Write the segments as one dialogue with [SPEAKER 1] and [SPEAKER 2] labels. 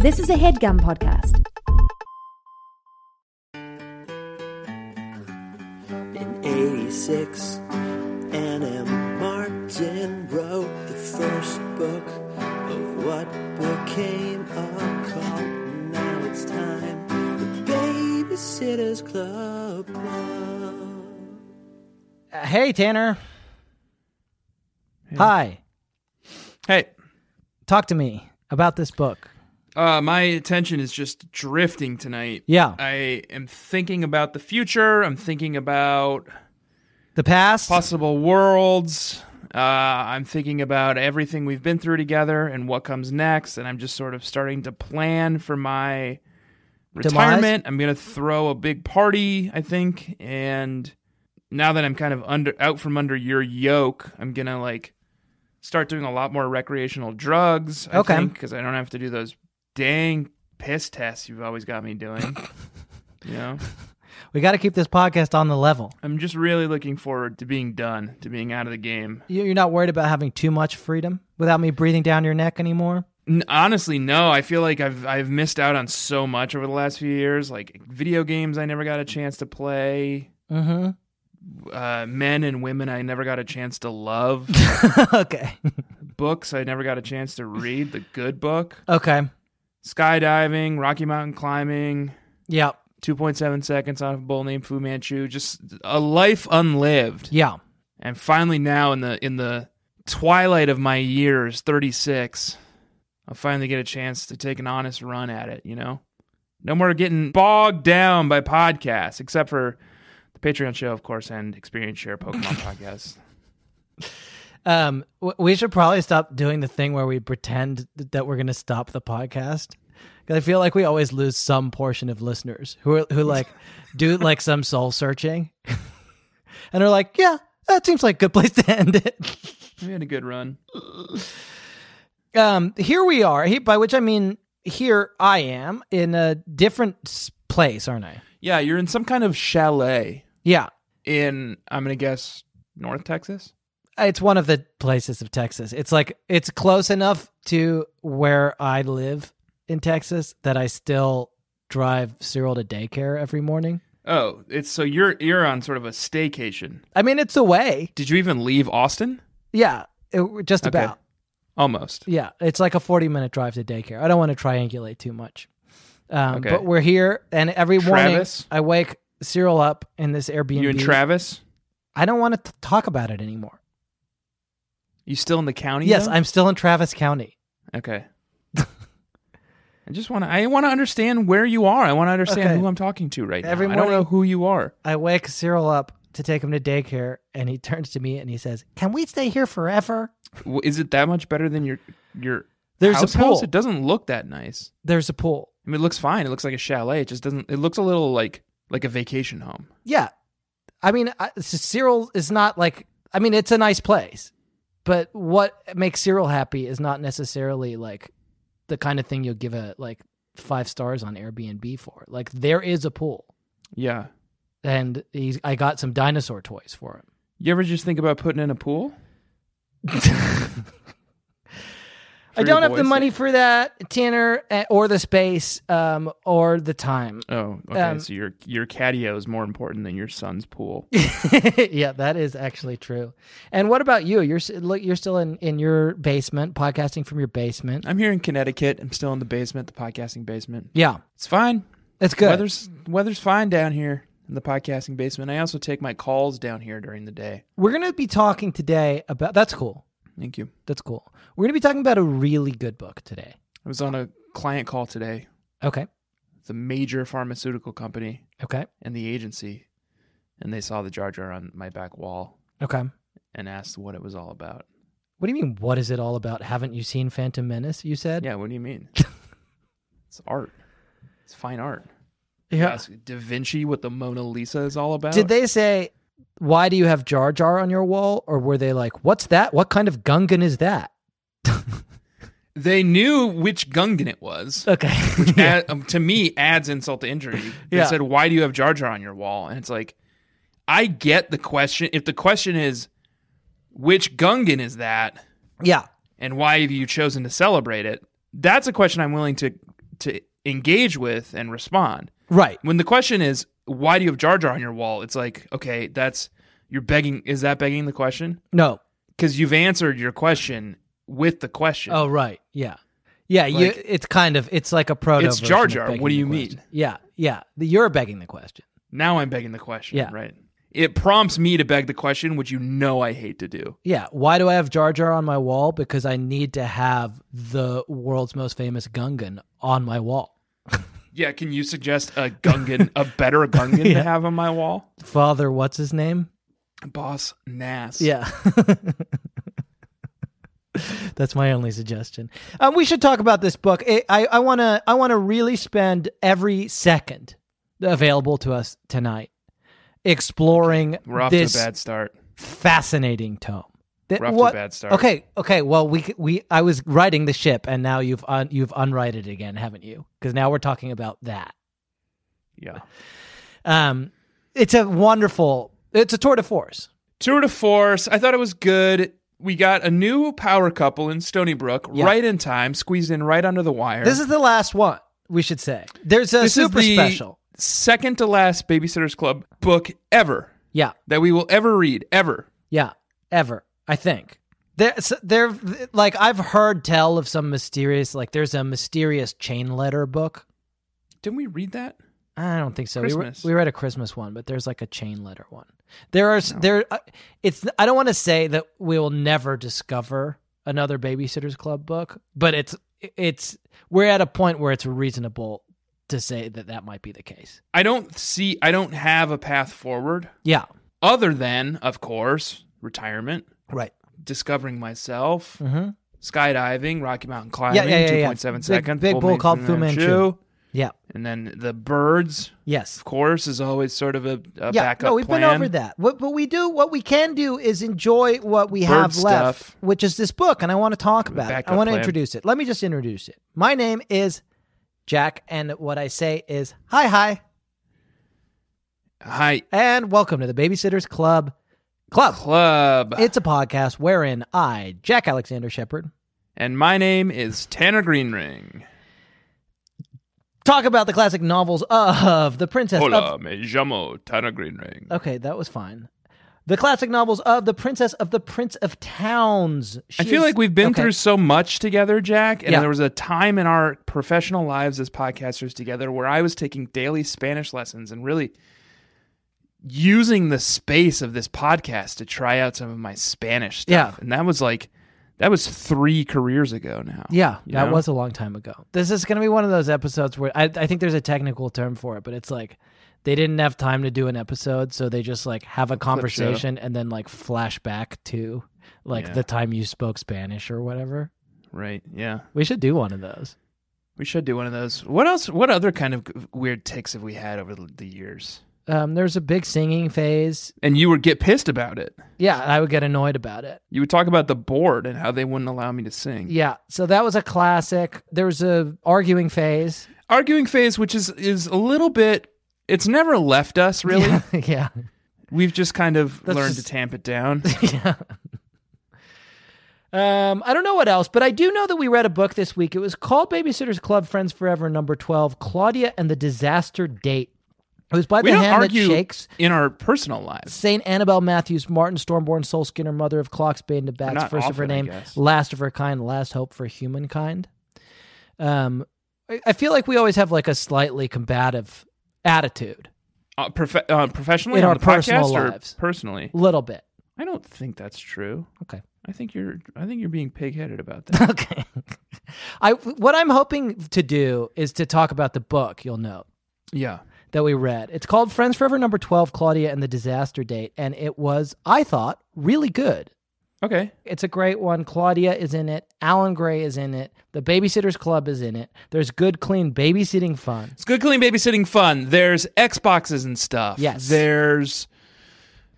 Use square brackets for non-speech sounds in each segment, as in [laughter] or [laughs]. [SPEAKER 1] This is a headgum podcast.
[SPEAKER 2] In 86, Anna Martin wrote the first book of what became a cult. Now it's time, the Babysitter's Club.
[SPEAKER 3] Uh, Hey, Tanner. Hi.
[SPEAKER 4] Hey,
[SPEAKER 3] Talk to me about this book.
[SPEAKER 4] uh, my attention is just drifting tonight.
[SPEAKER 3] Yeah.
[SPEAKER 4] I am thinking about the future. I'm thinking about
[SPEAKER 3] The past.
[SPEAKER 4] possible worlds. Uh, I'm thinking about everything we've been through together and what comes next. And I'm just sort of starting to plan for my retirement. I'm going to throw a big party, I think. And now that I'm kind of under out from under your yoke, I'm going to like start doing a lot more recreational drugs. I
[SPEAKER 3] Okay.
[SPEAKER 4] Because I don't have to do those dang piss tests you've always got me doing. you know?
[SPEAKER 3] we got to keep this podcast on the level.
[SPEAKER 4] I'm just really looking forward to being done, to being out of the game.
[SPEAKER 3] You- You're not worried about having too much freedom without me breathing down your neck anymore.
[SPEAKER 4] N- honestly, no. I feel like I've I've missed out on so much over the last few years, like video games I never got a chance to play,
[SPEAKER 3] Mm-hmm. [laughs]
[SPEAKER 4] uh, men and women I never got a chance to love,
[SPEAKER 3] okay.
[SPEAKER 4] books I never got a chance to read, the good book,
[SPEAKER 3] Okay.
[SPEAKER 4] skydiving, Rocky Mountain climbing,
[SPEAKER 3] Yeah.
[SPEAKER 4] 2.7 seconds on a bull named Fu Manchu, just a life unlived.
[SPEAKER 3] Yeah.
[SPEAKER 4] And finally now in the in the twilight of my years, 36, I'll finally get a chance to take an honest run at it, you know? No more getting bogged down by podcasts, except for the Patreon show, of course, and Experience Share [laughs] Pokemon podcast.
[SPEAKER 3] Um, w- we should probably stop doing the thing where we pretend th- that we're going to stop the podcast. 'Cause I feel like we always lose some portion of listeners who are, who like do like some soul searching, [laughs] and are like, "Yeah, that seems like a good place to end it."
[SPEAKER 4] We had a good run.
[SPEAKER 3] Um, here we are. He, by which I mean, here I am in a different s- place, aren't I?
[SPEAKER 4] Yeah, you're in some kind of chalet
[SPEAKER 3] Yeah,
[SPEAKER 4] in, I'm going to guess, North Texas?
[SPEAKER 3] it's one of the places of Texas. It's like it's close enough to where I live in Texas that I still drive Cyril to daycare every morning.
[SPEAKER 4] Oh, it's so you're you're on sort of a staycation.
[SPEAKER 3] I mean, it's away.
[SPEAKER 4] Did you even leave Austin?
[SPEAKER 3] Yeah, it- just
[SPEAKER 4] Okay.
[SPEAKER 3] about.
[SPEAKER 4] Almost.
[SPEAKER 3] Yeah, it's like a forty-minute drive to daycare. I don't want to triangulate too much, um,
[SPEAKER 4] Okay.
[SPEAKER 3] but we're here, and every
[SPEAKER 4] Travis?
[SPEAKER 3] morning I wake Cyril up in this Airbnb.
[SPEAKER 4] You and Travis?
[SPEAKER 3] I don't want to talk about it anymore.
[SPEAKER 4] You still in the county?
[SPEAKER 3] Yes,
[SPEAKER 4] though?
[SPEAKER 3] I'm still in Travis County.
[SPEAKER 4] Okay. I just want to. I want to understand where you are. I want to understand
[SPEAKER 3] Okay.
[SPEAKER 4] who I'm talking to right now.
[SPEAKER 3] Every
[SPEAKER 4] I don't know
[SPEAKER 3] morning-
[SPEAKER 4] who you are.
[SPEAKER 3] I wake Cyril up to take him to daycare, and he turns to me and he says, "Can we stay here forever?"
[SPEAKER 4] W- Is it that much better than your your?
[SPEAKER 3] There's a
[SPEAKER 4] house house?
[SPEAKER 3] pool.
[SPEAKER 4] It doesn't look that nice.
[SPEAKER 3] There's a pool.
[SPEAKER 4] I mean, it looks fine. It looks like a chalet. It just doesn't. It looks a little like like a vacation home.
[SPEAKER 3] Yeah, I mean, I, S- Cyril is not like. I mean, it's a nice place, but what makes Cyril happy is not necessarily like the kind of thing you'll give a like five stars on Airbnb for. Like, there is a pool,
[SPEAKER 4] Yeah.
[SPEAKER 3] and he's. I got some dinosaur toys for him.
[SPEAKER 4] You ever just think about putting in a pool?
[SPEAKER 3] I
[SPEAKER 4] For
[SPEAKER 3] don't
[SPEAKER 4] your
[SPEAKER 3] have the
[SPEAKER 4] boys?
[SPEAKER 3] money for that, Tanner, eh, or the space, um, or the time.
[SPEAKER 4] Oh, okay.
[SPEAKER 3] Um,
[SPEAKER 4] so your your catio is more important than your
[SPEAKER 3] [laughs]
[SPEAKER 4] son's pool.
[SPEAKER 3] yeah, that is actually true. And what about you? You're s- look, you're still in in your basement, podcasting from your basement.
[SPEAKER 4] I'm here in Connecticut. I'm still in the basement, the podcasting basement.
[SPEAKER 3] Yeah,
[SPEAKER 4] It's fine.
[SPEAKER 3] that's good.
[SPEAKER 4] Weather's weather's fine down here in the podcasting basement. I also take my calls down here during the day.
[SPEAKER 3] We're gonna be talking today about that's cool.
[SPEAKER 4] Thank you.
[SPEAKER 3] That's cool. We're gonna be talking about a really good book today.
[SPEAKER 4] I was on a client call today.
[SPEAKER 3] Okay,
[SPEAKER 4] It's a major pharmaceutical company
[SPEAKER 3] okay,
[SPEAKER 4] and the agency, and they saw the Jar Jar on my back wall
[SPEAKER 3] okay.
[SPEAKER 4] and asked what it was all about.
[SPEAKER 3] What do you mean? What is it all about? Haven't you seen Phantom Menace? You said.
[SPEAKER 4] Yeah, what do
[SPEAKER 3] [laughs]
[SPEAKER 4] you mean? it's art. It's fine art.
[SPEAKER 3] Yeah.
[SPEAKER 4] Ask Da Vinci what the Mona Lisa is all about.
[SPEAKER 3] Did they say why do you have Jar Jar on your wall, or were they like, "What's that? What kind of Gungan is that?"
[SPEAKER 4] They knew which Gungan it was.
[SPEAKER 3] Okay.
[SPEAKER 4] add, um, to me adds insult to injury. They
[SPEAKER 3] Yeah.
[SPEAKER 4] said, "Why do you have Jar Jar on your wall?" And it's like, I get the question. If the question is, which Gungan is that,
[SPEAKER 3] [laughs] yeah.
[SPEAKER 4] and why have you chosen to celebrate it? That's a question I'm willing to to engage with and respond.
[SPEAKER 3] Right.
[SPEAKER 4] When the question is, why do you have Jar Jar on your wall? It's like, okay, that's you're begging. Is that begging the question?
[SPEAKER 3] No.
[SPEAKER 4] Because you've answered your question with the question.
[SPEAKER 3] Oh, right. Yeah. Yeah. you,
[SPEAKER 4] Like-
[SPEAKER 3] it's kind of, it's like a proto.
[SPEAKER 4] It's Jar
[SPEAKER 3] version of
[SPEAKER 4] Jar.
[SPEAKER 3] begging
[SPEAKER 4] What do
[SPEAKER 3] the
[SPEAKER 4] you
[SPEAKER 3] question.
[SPEAKER 4] mean?
[SPEAKER 3] Yeah. Yeah. The- You're begging the question.
[SPEAKER 4] Now I'm begging the question.
[SPEAKER 3] Yeah.
[SPEAKER 4] Right. It prompts me to beg the question, which you know I hate to do.
[SPEAKER 3] Yeah. Why do I have Jar Jar on my wall? Because I need to have the world's most famous Gungan on my wall.
[SPEAKER 4] Yeah. Can you suggest a Gungan,
[SPEAKER 3] [laughs]
[SPEAKER 4] a better Gungan to have on my wall?
[SPEAKER 3] Father, what's his name?
[SPEAKER 4] Boss Nass.
[SPEAKER 3] Yeah. [laughs] That's my only suggestion. Um, we should talk about this book. I- I I want to I want to really spend every second available to us tonight exploring
[SPEAKER 4] We're off
[SPEAKER 3] this
[SPEAKER 4] to a bad start.
[SPEAKER 3] fascinating tome. That-
[SPEAKER 4] We're off to a bad start.
[SPEAKER 3] Okay, okay. Well, we c- we I was riding the ship, and now you've un, you've unrighted it again, haven't you? Because now we're talking about that.
[SPEAKER 4] Yeah.
[SPEAKER 3] Um, it's a wonderful. It's a tour de force.
[SPEAKER 4] Tour de force. I thought it was good. We got a new power couple in Stony Brook
[SPEAKER 3] Yeah.
[SPEAKER 4] right in time, squeezed in right under the wire.
[SPEAKER 3] This is the last one we should say. There's a
[SPEAKER 4] This is
[SPEAKER 3] super
[SPEAKER 4] the
[SPEAKER 3] special.
[SPEAKER 4] Second to last Babysitters Club book ever
[SPEAKER 3] Yeah,
[SPEAKER 4] that we will ever read, ever.
[SPEAKER 3] yeah. Ever, I think. There's there like I've heard tell of some mysterious like there's a mysterious chain letter book.
[SPEAKER 4] Didn't we read that?
[SPEAKER 3] I don't think so. We, re-
[SPEAKER 4] Christmas.
[SPEAKER 3] we read a Christmas one, but there's like a chain letter one. There are s there. Uh, it's I don't want to say that we will never discover another Babysitters Club book, but it's it's we're at a point where it's reasonable to say that that might be the case.
[SPEAKER 4] I don't see, I don't have a path forward
[SPEAKER 3] Yeah.
[SPEAKER 4] other than, of course, retirement,
[SPEAKER 3] Right.
[SPEAKER 4] discovering myself,
[SPEAKER 3] hmm
[SPEAKER 4] skydiving, Rocky Mountain climbing,
[SPEAKER 3] yeah, yeah, yeah.
[SPEAKER 4] 2.7
[SPEAKER 3] Big-
[SPEAKER 4] seconds.
[SPEAKER 3] big
[SPEAKER 4] full
[SPEAKER 3] bull
[SPEAKER 4] main
[SPEAKER 3] called Fu Manchu. Yeah.
[SPEAKER 4] And then the birds,
[SPEAKER 3] Yes.
[SPEAKER 4] of course, is always sort of a, a
[SPEAKER 3] yeah.
[SPEAKER 4] backup
[SPEAKER 3] no, we've
[SPEAKER 4] plan.
[SPEAKER 3] been over that. What, but we do what we can do is enjoy what we
[SPEAKER 4] Bird
[SPEAKER 3] have left,
[SPEAKER 4] stuff.
[SPEAKER 3] which is this book, and I want to talk about it. I
[SPEAKER 4] backup
[SPEAKER 3] want to
[SPEAKER 4] plan.
[SPEAKER 3] introduce it. Let me just introduce it. My name is Jack, and what I say is hi, hi,
[SPEAKER 4] Hi,
[SPEAKER 3] and welcome to the Babysitters Club. Club.
[SPEAKER 4] club.
[SPEAKER 3] It's a podcast wherein I, Jack Alexander Shepard,
[SPEAKER 4] and my name is Tanner Greenring.
[SPEAKER 3] talk about the classic novels of The Princess of
[SPEAKER 4] Hola, me llamo Tanner Greenring.
[SPEAKER 3] Okay, that was fine. The classic novels of the Princess of the Prince of Towns.
[SPEAKER 4] I
[SPEAKER 3] She's-
[SPEAKER 4] feel like we've been
[SPEAKER 3] okay.
[SPEAKER 4] through so much together, Jack, and
[SPEAKER 3] Yeah.
[SPEAKER 4] there was a time in our professional lives as podcasters together where I was taking daily Spanish lessons and really using the space of this podcast to try out some of my Spanish stuff.
[SPEAKER 3] Yeah.
[SPEAKER 4] And that was like that was 3 careers ago now.
[SPEAKER 3] Yeah,
[SPEAKER 4] you
[SPEAKER 3] that
[SPEAKER 4] know?
[SPEAKER 3] was a long time ago. This is going to be one of those episodes where I, I think there's a technical term for it, but it's like they didn't have time to do an episode, so they just like have a conversation and then like flash back to like
[SPEAKER 4] Yeah.
[SPEAKER 3] the time you spoke Spanish or whatever.
[SPEAKER 4] Right. Yeah.
[SPEAKER 3] We should do one of those.
[SPEAKER 4] We should do one of those. What else what other kind of weird ticks have we had over the- the years?
[SPEAKER 3] Um, there was a big singing phase.
[SPEAKER 4] and you would get pissed about it.
[SPEAKER 3] Yeah, I would get annoyed about it.
[SPEAKER 4] You would talk about the board and how they wouldn't allow me to sing.
[SPEAKER 3] Yeah, so that was a classic. There was a arguing phase.
[SPEAKER 4] Arguing phase, which is is a little bit, it's never left us really.
[SPEAKER 3] [laughs] yeah.
[SPEAKER 4] We've just kind of
[SPEAKER 3] That's
[SPEAKER 4] learned
[SPEAKER 3] just-
[SPEAKER 4] to tamp
[SPEAKER 3] [laughs]
[SPEAKER 4] it down.
[SPEAKER 3] yeah. Um, I don't know what else, but I do know that we read a book this week. It was called Babysitters Club Friends Forever, number 12, Claudia and the Disaster Date. It was by
[SPEAKER 4] we
[SPEAKER 3] the
[SPEAKER 4] don't
[SPEAKER 3] hand
[SPEAKER 4] argue
[SPEAKER 3] that shakes.
[SPEAKER 4] in our personal lives.
[SPEAKER 3] St. Annabel Matthews, Martin Stormborn, Soul Skinner, mother of clocks, bane to bats,
[SPEAKER 4] not
[SPEAKER 3] first of her
[SPEAKER 4] often, I
[SPEAKER 3] name,
[SPEAKER 4] guess.
[SPEAKER 3] last of her kind, last hope for humankind. Um, I- I feel like we always have like a slightly combative attitude,
[SPEAKER 4] Uh, prof- uh, professionally
[SPEAKER 3] In
[SPEAKER 4] on
[SPEAKER 3] our
[SPEAKER 4] the
[SPEAKER 3] personal
[SPEAKER 4] podcast or
[SPEAKER 3] lives.
[SPEAKER 4] personally,
[SPEAKER 3] little bit. [laughs]
[SPEAKER 4] I don't think that's true.
[SPEAKER 3] Okay.
[SPEAKER 4] I think you're I think you're being pigheaded about
[SPEAKER 3] [laughs]
[SPEAKER 4] that.
[SPEAKER 3] Okay. I what I'm hoping to do is to talk about the book. You'll note
[SPEAKER 4] yeah.
[SPEAKER 3] that we read. It's called Friends Forever Number Twelve: Claudia and the Disaster Date, and it was I thought really good.
[SPEAKER 4] Okay.
[SPEAKER 3] It's a great one. Claudia is in it. Alan Gray is in it. The Babysitters Club is in it. There's good, clean babysitting fun.
[SPEAKER 4] It's good clean babysitting fun. There's Xboxes and stuff.
[SPEAKER 3] Yes.
[SPEAKER 4] There's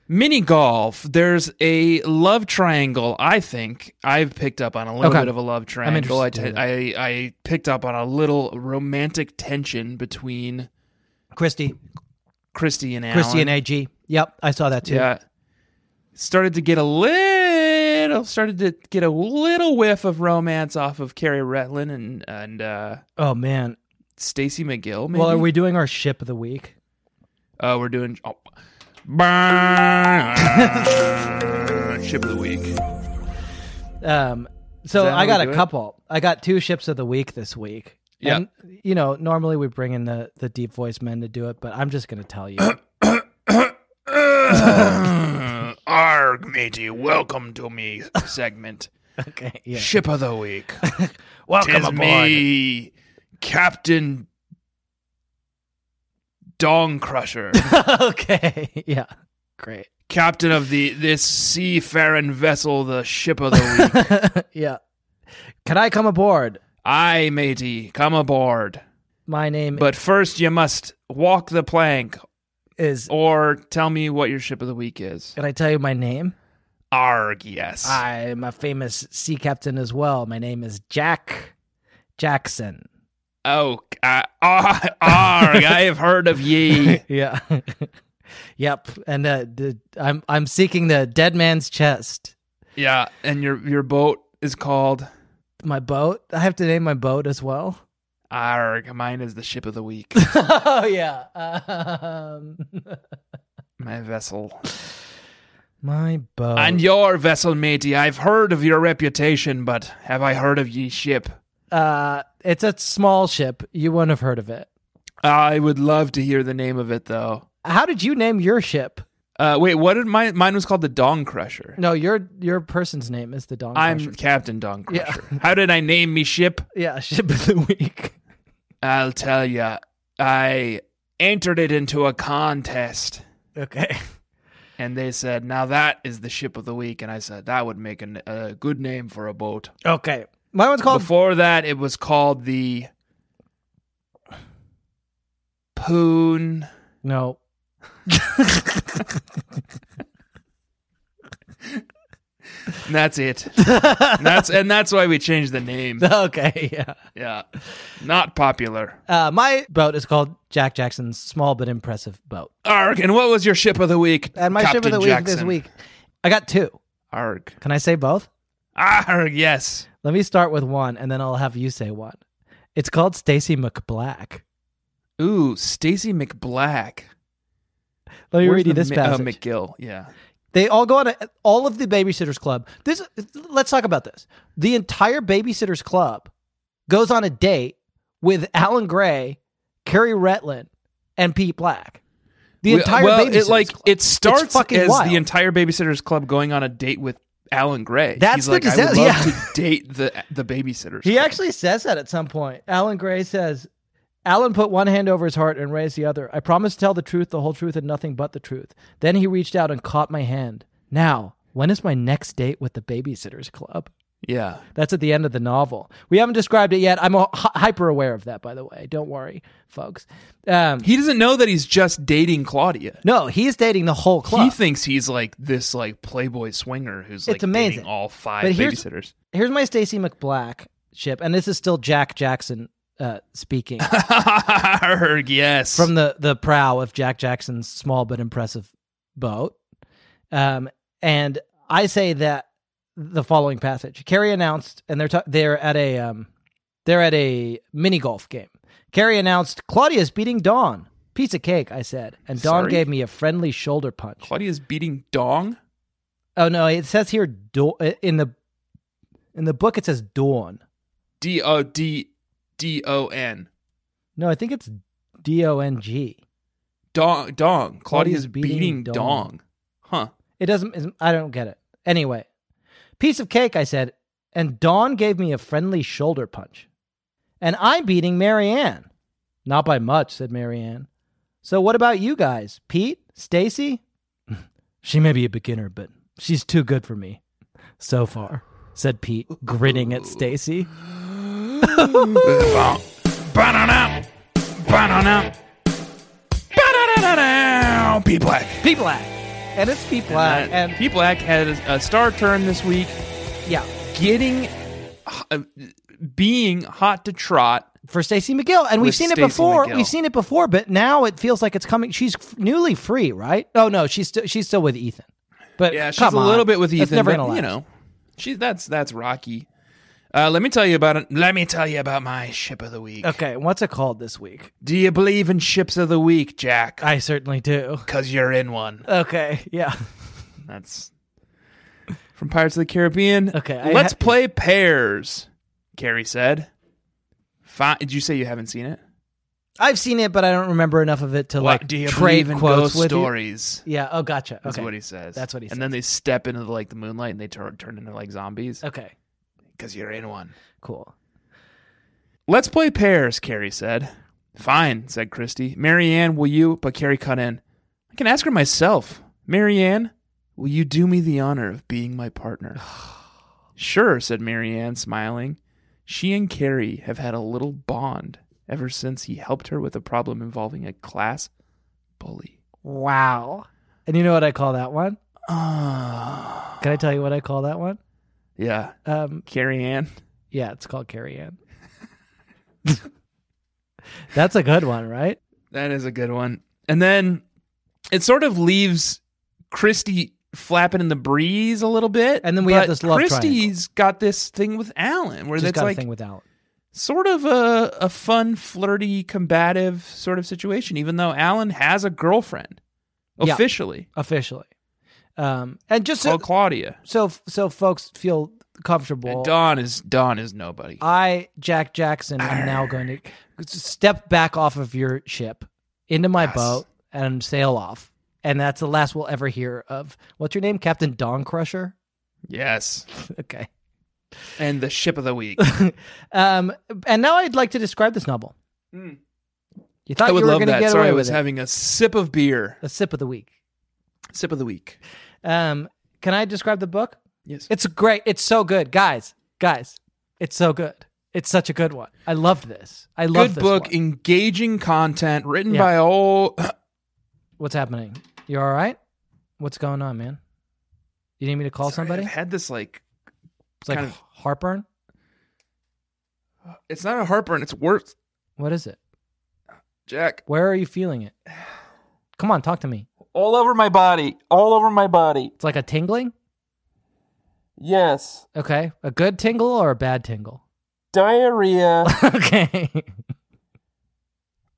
[SPEAKER 4] mini golf. There's a love triangle, I think. I've picked up on a little
[SPEAKER 3] Okay.
[SPEAKER 4] bit of a love triangle. I
[SPEAKER 3] interested in
[SPEAKER 4] te- I- I picked up on a little romantic tension between
[SPEAKER 3] Christy,
[SPEAKER 4] Christy and Alan.
[SPEAKER 3] Christy and AG. Yep, I saw that too.
[SPEAKER 4] Yeah. Started to get a little started to get a little whiff of romance off of Carrie Retlin and and uh
[SPEAKER 3] Oh man,
[SPEAKER 4] Stacy McGill. Maybe?
[SPEAKER 3] Well, are we doing our ship of the week?
[SPEAKER 4] Uh, we're doing. Oh. [laughs] Ship of the week. [laughs]
[SPEAKER 3] Um, so
[SPEAKER 4] that how
[SPEAKER 3] I got
[SPEAKER 4] we
[SPEAKER 3] a
[SPEAKER 4] do it?
[SPEAKER 3] couple. I got two ships of the week this week.
[SPEAKER 4] Yeah.
[SPEAKER 3] And, you know, normally we bring in the the deep voice men to do it, but I'm just going to tell
[SPEAKER 4] [coughs]
[SPEAKER 3] you.
[SPEAKER 4] Arg, matey, welcome to me segment.
[SPEAKER 3] okay. Yeah.
[SPEAKER 4] Ship of the [laughs] week.
[SPEAKER 3] Welcome
[SPEAKER 4] Tis me, Captain Dong [laughs] Crusher,
[SPEAKER 3] [laughs] okay. Yeah. Great. [laughs]
[SPEAKER 4] captain of the this seafaring vessel, the ship of the [laughs] week.
[SPEAKER 3] yeah. Can I come aboard?
[SPEAKER 4] Aye, matey, come aboard.
[SPEAKER 3] My name
[SPEAKER 4] But first, you must walk the plank,
[SPEAKER 3] is.
[SPEAKER 4] or tell me what your ship of the week is.
[SPEAKER 3] Can I tell you my name?
[SPEAKER 4] Arg, yes.
[SPEAKER 3] I'm a famous sea captain as well. My name is Jack Jackson.
[SPEAKER 4] Oh, uh, ar- arg, I have heard
[SPEAKER 3] [laughs]
[SPEAKER 4] of ye.
[SPEAKER 3] Yeah. yep. And uh, the, I'm I'm seeking the dead man's chest.
[SPEAKER 4] Yeah, and your your boat is called
[SPEAKER 3] My boat. I have to name my boat as well. [laughs]
[SPEAKER 4] Arg. Mine is the ship of the week.
[SPEAKER 3] oh yeah. Um, [laughs]
[SPEAKER 4] My vessel.
[SPEAKER 3] Oh. my boat.
[SPEAKER 4] And your vessel, matey, I've heard of your reputation, but have I heard of ye ship?
[SPEAKER 3] uh, it's a small ship. You wouldn't have heard of it.
[SPEAKER 4] I would love to hear the name of it, though.
[SPEAKER 3] How did you name your ship?
[SPEAKER 4] Uh, wait, what did mine? Mine was called the Dong Crusher.
[SPEAKER 3] No, your your person's name is the Don.
[SPEAKER 4] I'm
[SPEAKER 3] Crusher.
[SPEAKER 4] Captain Dong
[SPEAKER 3] Yeah.
[SPEAKER 4] Crusher. How did I name me ship?
[SPEAKER 3] [laughs] yeah, ship of the week.
[SPEAKER 4] I'll tell ya. I entered it into a contest,
[SPEAKER 3] Okay.
[SPEAKER 4] and they said, "Now that is the ship of the week." And I said, "That would make an, a good name for a boat."
[SPEAKER 3] Okay. My one's called
[SPEAKER 4] Before that, it was called the Poon.
[SPEAKER 3] No.
[SPEAKER 4] And that's it. And that's and that's why we changed
[SPEAKER 3] [laughs]
[SPEAKER 4] the name.
[SPEAKER 3] [laughs] Okay, yeah.
[SPEAKER 4] Yeah, not popular.
[SPEAKER 3] Uh, my boat is called Jack Jackson's small but impressive boat.
[SPEAKER 4] Arg. And what was your ship of the week?
[SPEAKER 3] And my ship of
[SPEAKER 4] Captain
[SPEAKER 3] the week this
[SPEAKER 4] Jackson?
[SPEAKER 3] week. I got two.
[SPEAKER 4] Arg.
[SPEAKER 3] Can I say both?
[SPEAKER 4] Arg. Yes.
[SPEAKER 3] Let me start with one and then I'll have you say one. It's called Stacy McBlack.
[SPEAKER 4] Ooh, Stacy McBlack.
[SPEAKER 3] Let me
[SPEAKER 4] Where's
[SPEAKER 3] read you
[SPEAKER 4] the
[SPEAKER 3] this
[SPEAKER 4] Mi-
[SPEAKER 3] passage.
[SPEAKER 4] Oh, McGill. Yeah.
[SPEAKER 3] They all go on a, all of the Babysitters Club. This let's talk about this. The entire Babysitters Club goes on a date with Alan Gray, Carrie Retlin, and Pete Black. The
[SPEAKER 4] We-
[SPEAKER 3] entire
[SPEAKER 4] well,
[SPEAKER 3] Babysitters
[SPEAKER 4] it like
[SPEAKER 3] Club.
[SPEAKER 4] it starts
[SPEAKER 3] fucking
[SPEAKER 4] as
[SPEAKER 3] wild.
[SPEAKER 4] the entire Babysitters Club going on a date with Alan Gray.
[SPEAKER 3] That's
[SPEAKER 4] He's
[SPEAKER 3] the
[SPEAKER 4] like, I would
[SPEAKER 3] disaster-
[SPEAKER 4] love
[SPEAKER 3] yeah.
[SPEAKER 4] to date the the Babysitters.
[SPEAKER 3] He
[SPEAKER 4] Club.
[SPEAKER 3] actually says that at some point. Alan Gray says, Alan put one hand over his heart and raised the other. I promised to tell the truth, the whole truth, and nothing but the truth. Then he reached out and caught my hand. Now, when is my next date with the Babysitters Club?
[SPEAKER 4] yeah.
[SPEAKER 3] That's at the end of the novel. We haven't described it yet. I'm a, hy- hyper aware of that, by the way. Don't worry, folks. Um,
[SPEAKER 4] He doesn't know that he's just dating Claudia.
[SPEAKER 3] no, he's dating the whole club.
[SPEAKER 4] He thinks he's like this like playboy swinger who's like
[SPEAKER 3] amazing.
[SPEAKER 4] dating all five
[SPEAKER 3] But here's-
[SPEAKER 4] babysitters. [laughs]
[SPEAKER 3] Here's my Stacy McBlack ship, and this is still Jack Jackson uh,
[SPEAKER 4] [laughs]
[SPEAKER 3] speaking
[SPEAKER 4] Arg, yes.
[SPEAKER 3] from the the prow of Jack Jackson's small but impressive boat. Um, and I say that the following passage: Carrie announced, and they're ta- they're at a um, they're at a mini golf game. Carrie announced, Claudia's beating Dawn. Piece of cake, I said, and Dawn
[SPEAKER 4] Sorry?
[SPEAKER 3] gave me a friendly shoulder punch.
[SPEAKER 4] Claudia's beating Dong.
[SPEAKER 3] oh no, it says here do- in the in the book it says Dawn.
[SPEAKER 4] D O D D O N.
[SPEAKER 3] No, I think it's D O N G.
[SPEAKER 4] Dong Dong.
[SPEAKER 3] Claudia's
[SPEAKER 4] Claudia's
[SPEAKER 3] beating
[SPEAKER 4] beating
[SPEAKER 3] Dong.
[SPEAKER 4] Dong. Huh.
[SPEAKER 3] It doesn't. is- I don't get it. Anyway, piece of cake, I said, and Dawn gave me a friendly shoulder punch. And I'm beating Marianne. Not by much, said Marianne. So what about you guys? Pete? Stacy? [laughs] she may be a beginner, but she's too good for me. So far, said Pete, grinning at Stacy.
[SPEAKER 4] Ba-da-da. Ba-da-da. Ba-da-da-da-da. P Black.
[SPEAKER 3] Pete Black. And it's Pete Black. And,
[SPEAKER 4] And P Black had a a star turn this week,
[SPEAKER 3] yeah.
[SPEAKER 4] getting, uh, being hot to trot.
[SPEAKER 3] for Stacey McGill, and we've
[SPEAKER 4] With
[SPEAKER 3] seen it
[SPEAKER 4] Stacey
[SPEAKER 3] before.
[SPEAKER 4] McGill.
[SPEAKER 3] We've seen it before, but now it feels like it's coming. She's f- newly free, right? Oh no, she's still she's still with Ethan. But
[SPEAKER 4] Yeah, she's
[SPEAKER 3] come
[SPEAKER 4] a
[SPEAKER 3] on.
[SPEAKER 4] little bit with
[SPEAKER 3] That's
[SPEAKER 4] Ethan,
[SPEAKER 3] never
[SPEAKER 4] but
[SPEAKER 3] gonna
[SPEAKER 4] you
[SPEAKER 3] last.
[SPEAKER 4] know, she's that's that's Rocky. Uh, let me tell you about it. Let me tell you about my ship of the week.
[SPEAKER 3] Okay, what's it called this week?
[SPEAKER 4] Do you believe in ships of the week, Jack?
[SPEAKER 3] I certainly do.
[SPEAKER 4] Cause you're in one.
[SPEAKER 3] Okay, yeah.
[SPEAKER 4] That's from Pirates of the Caribbean.
[SPEAKER 3] Okay, I
[SPEAKER 4] let's
[SPEAKER 3] ha-
[SPEAKER 4] play pairs. Carrie said. Fi- Did you say you haven't seen it?
[SPEAKER 3] I've seen it, but I don't remember enough of it to like
[SPEAKER 4] What, do you
[SPEAKER 3] trade
[SPEAKER 4] believe in
[SPEAKER 3] quotes
[SPEAKER 4] ghost
[SPEAKER 3] with you.
[SPEAKER 4] stories?
[SPEAKER 3] Yeah. Oh, gotcha.
[SPEAKER 4] That's
[SPEAKER 3] okay.
[SPEAKER 4] what he says.
[SPEAKER 3] That's what he
[SPEAKER 4] And then they step into the, like the moonlight and they turn turn into like zombies
[SPEAKER 3] okay.
[SPEAKER 4] because you're in one.
[SPEAKER 3] Cool.
[SPEAKER 4] Let's play pairs, Carrie said. Fine, said Christy. Marianne, will you? But Carrie cut in. I can ask her myself. Marianne, will you do me the honor of being my partner? [sighs] sure, said Marianne, smiling. She and Carrie have had a little bond ever since he helped her with a problem involving a class bully.
[SPEAKER 3] Wow. And you know what I call that one?
[SPEAKER 4] Ah.
[SPEAKER 3] Can I tell you what I call that one?
[SPEAKER 4] yeah,
[SPEAKER 3] Um,
[SPEAKER 4] Carrie Ann.
[SPEAKER 3] yeah, it's called Carrie Ann. That's a good one, right?
[SPEAKER 4] That is a good one. And then it sort of leaves Christy flapping in the breeze a little bit.
[SPEAKER 3] And then we
[SPEAKER 4] but
[SPEAKER 3] have this love
[SPEAKER 4] Christy's got this thing with Alan where
[SPEAKER 3] Just
[SPEAKER 4] that's
[SPEAKER 3] got
[SPEAKER 4] like
[SPEAKER 3] a thing with Alan.
[SPEAKER 4] sort of a, a fun, flirty, combative sort of situation, even though Alan has a girlfriend
[SPEAKER 3] Yeah.
[SPEAKER 4] officially
[SPEAKER 3] officially. Um, and just so,
[SPEAKER 4] called Claudia.
[SPEAKER 3] so so folks feel comfortable.
[SPEAKER 4] And Don is Don is nobody.
[SPEAKER 3] I, Jack Jackson, am now going to step back off of your ship into my
[SPEAKER 4] Yes.
[SPEAKER 3] boat and sail off. And that's the last we'll ever hear of. What's your name, Captain Don Crusher? [laughs]
[SPEAKER 4] yes.
[SPEAKER 3] Okay. [laughs]
[SPEAKER 4] And the ship of the week.
[SPEAKER 3] Um, and now I'd like to describe this novel. You thought
[SPEAKER 4] Hmm. I would
[SPEAKER 3] you were
[SPEAKER 4] love
[SPEAKER 3] going to
[SPEAKER 4] that.
[SPEAKER 3] get
[SPEAKER 4] Sorry,
[SPEAKER 3] away
[SPEAKER 4] I
[SPEAKER 3] with
[SPEAKER 4] was
[SPEAKER 3] it.
[SPEAKER 4] having a sip of beer.
[SPEAKER 3] a sip of the week.
[SPEAKER 4] Sip of the week.
[SPEAKER 3] Um, can I describe the book?
[SPEAKER 4] Yes.
[SPEAKER 3] It's great. It's so good, guys. Guys, it's so good. It's such a good one. I loved this. I love
[SPEAKER 4] good
[SPEAKER 3] this
[SPEAKER 4] book,
[SPEAKER 3] one.
[SPEAKER 4] engaging content written
[SPEAKER 3] Yeah.
[SPEAKER 4] by all. [clears throat]
[SPEAKER 3] What's happening? You all right? What's going on, man? You need me to call somebody?
[SPEAKER 4] I've had this like
[SPEAKER 3] It's like [sighs]
[SPEAKER 4] kind of-
[SPEAKER 3] heartburn.
[SPEAKER 4] it's not a heartburn. It's worse,
[SPEAKER 3] What is it?
[SPEAKER 4] Jack.
[SPEAKER 3] Where are you feeling it? Come on, talk to me.
[SPEAKER 4] All over my body, all over my body.
[SPEAKER 3] It's like a tingling.
[SPEAKER 4] Yes,
[SPEAKER 3] Okay, a good tingle or a bad tingle? [laughs]
[SPEAKER 4] diarrhea.
[SPEAKER 3] okay.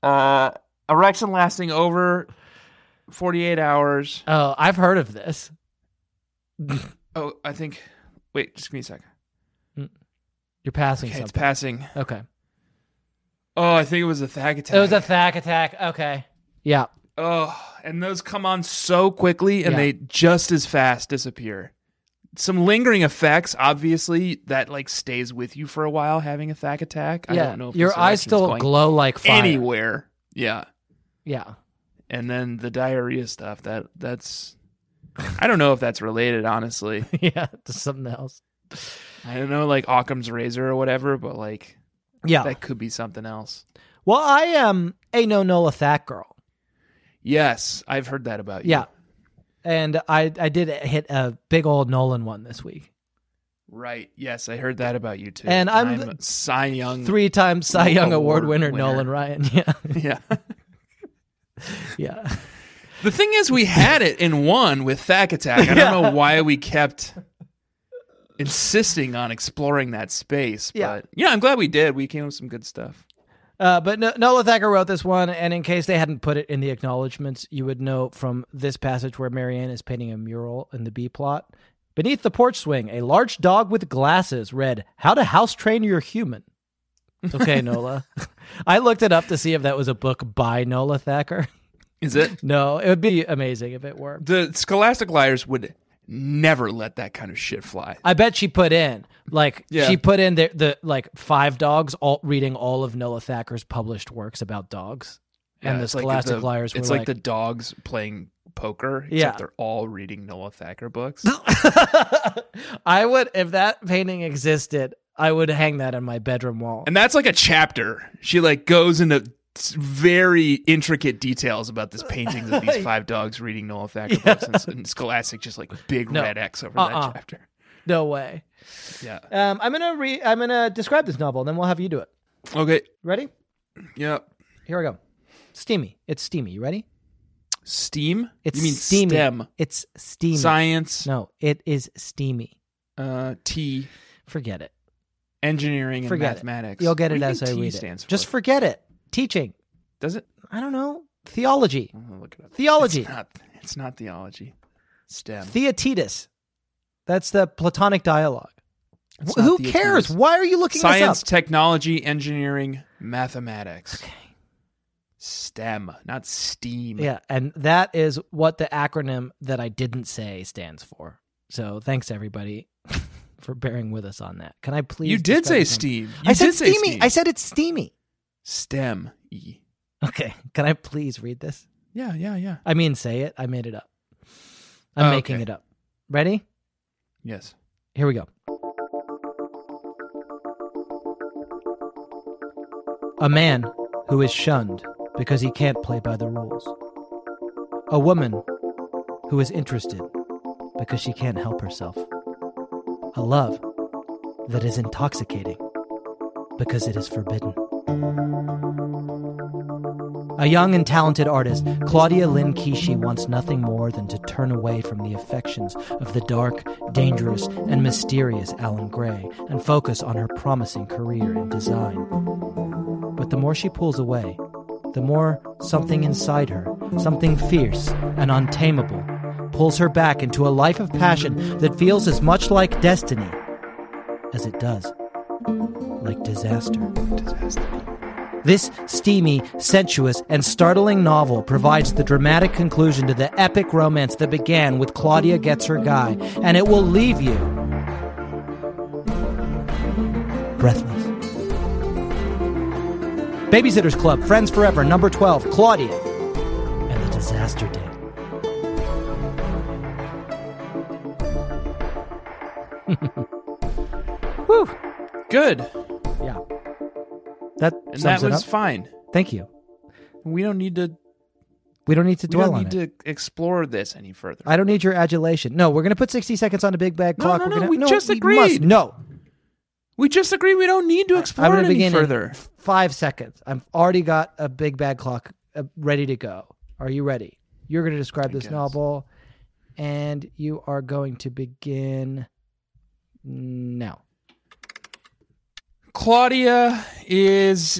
[SPEAKER 4] uh, erection lasting over forty-eight hours.
[SPEAKER 3] Oh, I've heard of this.
[SPEAKER 4] Oh, I think. Wait, just give me a second.
[SPEAKER 3] You're passing
[SPEAKER 4] Okay, it's
[SPEAKER 3] something.
[SPEAKER 4] passing.
[SPEAKER 3] okay.
[SPEAKER 4] Oh, I think it was a thag attack.
[SPEAKER 3] It was a thack attack. Okay. Yeah.
[SPEAKER 4] Oh, and those come on so quickly and
[SPEAKER 3] Yeah.
[SPEAKER 4] they just as fast disappear. Some lingering effects, obviously, that like stays with you for a while having a thack attack. I
[SPEAKER 3] yeah.
[SPEAKER 4] don't know if this
[SPEAKER 3] Your eyes
[SPEAKER 4] erection's
[SPEAKER 3] still
[SPEAKER 4] going
[SPEAKER 3] glow like fire.
[SPEAKER 4] anywhere. Yeah.
[SPEAKER 3] Yeah. [laughs]
[SPEAKER 4] And then the diarrhea stuff, that that's I don't know if that's related, honestly.
[SPEAKER 3] yeah. To something else.
[SPEAKER 4] I don't know, like Occam's razor or whatever, but like
[SPEAKER 3] Yeah.
[SPEAKER 4] that could be something else.
[SPEAKER 3] well, I am a no Nola Thack girl.
[SPEAKER 4] Yes, I've heard that about you.
[SPEAKER 3] Yeah. And I I did hit a big old Nolan one this week.
[SPEAKER 4] Right. Yes, I heard that about you too.
[SPEAKER 3] And I'm
[SPEAKER 4] I'm Cy Young.
[SPEAKER 3] Three time Cy Young Award,
[SPEAKER 4] Award
[SPEAKER 3] winner,
[SPEAKER 4] winner.
[SPEAKER 3] Nolan Ryan. [laughs] Yeah.
[SPEAKER 4] [laughs] Yeah.
[SPEAKER 3] yeah.
[SPEAKER 4] The thing is, we had it in one with Thack Attack. I don't know why we kept insisting on exploring that space,
[SPEAKER 3] Yeah.
[SPEAKER 4] but yeah, I'm glad we did. We came up with some good stuff.
[SPEAKER 3] Uh, but no- Nola Thacker wrote this one, and in case they hadn't put it in the acknowledgments, you would know from this passage where Marianne is painting a mural in the B plot. Beneath the porch swing, a large dog with glasses read, How to House Train Your Human. It's [laughs] okay, Nola. I looked it up to see if that was a book by Nola Thacker. [laughs]
[SPEAKER 4] Is it
[SPEAKER 3] No, it would be amazing if it were.
[SPEAKER 4] the Scholastic Liars would never let that kind of shit fly?
[SPEAKER 3] I bet she put in like
[SPEAKER 4] Yeah.
[SPEAKER 3] she put in the, the like five dogs all reading all of Nola Thacker's published works about dogs, and the
[SPEAKER 4] it's like
[SPEAKER 3] Scholastic
[SPEAKER 4] the-
[SPEAKER 3] Liars were
[SPEAKER 4] It's like, the dogs playing poker. Except
[SPEAKER 3] Yeah.
[SPEAKER 4] they're all reading Noah Thacker books.
[SPEAKER 3] [laughs] I would if that painting existed, I would hang that on my bedroom wall.
[SPEAKER 4] And that's like a chapter. She like goes into s- very intricate details about this paintings of
[SPEAKER 3] [laughs]
[SPEAKER 4] these five dogs reading Noel Thacker
[SPEAKER 3] Yeah.
[SPEAKER 4] books, and, s- and Scholastic just like big
[SPEAKER 3] No.
[SPEAKER 4] red X over
[SPEAKER 3] Uh-uh.
[SPEAKER 4] that chapter.
[SPEAKER 3] no way.
[SPEAKER 4] Yeah.
[SPEAKER 3] Um, I'm gonna re- I'm gonna describe this novel, and then we'll have you do it.
[SPEAKER 4] Okay.
[SPEAKER 3] Ready?
[SPEAKER 4] Yeah.
[SPEAKER 3] Here we go. Steamy. It's steamy. You ready?
[SPEAKER 4] Steam.
[SPEAKER 3] It's
[SPEAKER 4] you mean
[SPEAKER 3] steamy.
[SPEAKER 4] STEM?
[SPEAKER 3] It's steamy.
[SPEAKER 4] Science.
[SPEAKER 3] No, it is steamy.
[SPEAKER 4] Uh, T.
[SPEAKER 3] Forget it.
[SPEAKER 4] engineering
[SPEAKER 3] Forget it.
[SPEAKER 4] and mathematics.
[SPEAKER 3] You'll get
[SPEAKER 4] What
[SPEAKER 3] it
[SPEAKER 4] do you
[SPEAKER 3] as
[SPEAKER 4] think
[SPEAKER 3] I
[SPEAKER 4] T
[SPEAKER 3] read it.
[SPEAKER 4] stands For?
[SPEAKER 3] Just forget it. Teaching.
[SPEAKER 4] does it?
[SPEAKER 3] I don't know. Theology.
[SPEAKER 4] I'll look it up.
[SPEAKER 3] Theology.
[SPEAKER 4] It's not, it's not theology. STEM.
[SPEAKER 3] Theaetetus. That's the Platonic dialogue.
[SPEAKER 4] It's
[SPEAKER 3] Wh-
[SPEAKER 4] not
[SPEAKER 3] Who
[SPEAKER 4] Theaetetus.
[SPEAKER 3] cares? Why are you looking
[SPEAKER 4] Science,
[SPEAKER 3] this up?
[SPEAKER 4] technology, engineering, mathematics. STEM, not STEAM.
[SPEAKER 3] Yeah, and that is what the acronym that I didn't say stands for. So thanks everybody [laughs] for bearing with us on that. Can I please?
[SPEAKER 4] you did say
[SPEAKER 3] dispense
[SPEAKER 4] STEAM.
[SPEAKER 3] some-
[SPEAKER 4] You
[SPEAKER 3] I said
[SPEAKER 4] did say
[SPEAKER 3] steamy.
[SPEAKER 4] STEAM.
[SPEAKER 3] I said it's steamy.
[SPEAKER 4] STEM. E.
[SPEAKER 3] Okay. Can I please read this?
[SPEAKER 4] Yeah, yeah, yeah.
[SPEAKER 3] I mean, say it. I made it up. I'm
[SPEAKER 4] Oh,
[SPEAKER 3] making
[SPEAKER 4] okay.
[SPEAKER 3] it up. Ready?
[SPEAKER 4] Yes.
[SPEAKER 3] Here we go. A man who is shunned because he can't play by the rules. A woman who is interested because she can't help herself. A love that is intoxicating because it is forbidden. A young and talented artist, Claudia Lynn Kishi wants nothing more than to turn away from the affections of the dark, dangerous, and mysterious Alan Gray and focus on her promising career in design. But the more she pulls away, the more something inside her, something fierce and untamable, pulls her back into a life of passion that feels as much like destiny as it does like disaster. This steamy, sensuous, and startling novel provides the dramatic conclusion to the epic romance that began with Claudia Gets Her Guy, and it will leave you breathless. Babysitter's Club, Friends Forever, number 12, Claudia, and the disaster day. [laughs] Whew.
[SPEAKER 4] Good.
[SPEAKER 3] Yeah. That
[SPEAKER 4] And
[SPEAKER 3] sums
[SPEAKER 4] that
[SPEAKER 3] it
[SPEAKER 4] was
[SPEAKER 3] up.
[SPEAKER 4] fine.
[SPEAKER 3] Thank you.
[SPEAKER 4] We don't need to
[SPEAKER 3] We don't need to
[SPEAKER 4] we
[SPEAKER 3] dwell
[SPEAKER 4] don't
[SPEAKER 3] on
[SPEAKER 4] need
[SPEAKER 3] it.
[SPEAKER 4] to explore this any further.
[SPEAKER 3] I don't need your adulation. No, we're gonna put sixty seconds on a big bag
[SPEAKER 4] No,
[SPEAKER 3] clock.
[SPEAKER 4] no,
[SPEAKER 3] we're
[SPEAKER 4] no,
[SPEAKER 3] gonna,
[SPEAKER 4] we just
[SPEAKER 3] must-
[SPEAKER 4] agreed.
[SPEAKER 3] no,
[SPEAKER 4] we just agree we don't need to explore
[SPEAKER 3] I'm gonna
[SPEAKER 4] it any
[SPEAKER 3] begin in
[SPEAKER 4] further.
[SPEAKER 3] f- five seconds. I've already got a big bag clock uh, ready to go. Are you ready? You're gonna describe this
[SPEAKER 4] guess.
[SPEAKER 3] novel, and you are going to begin now.
[SPEAKER 4] Claudia is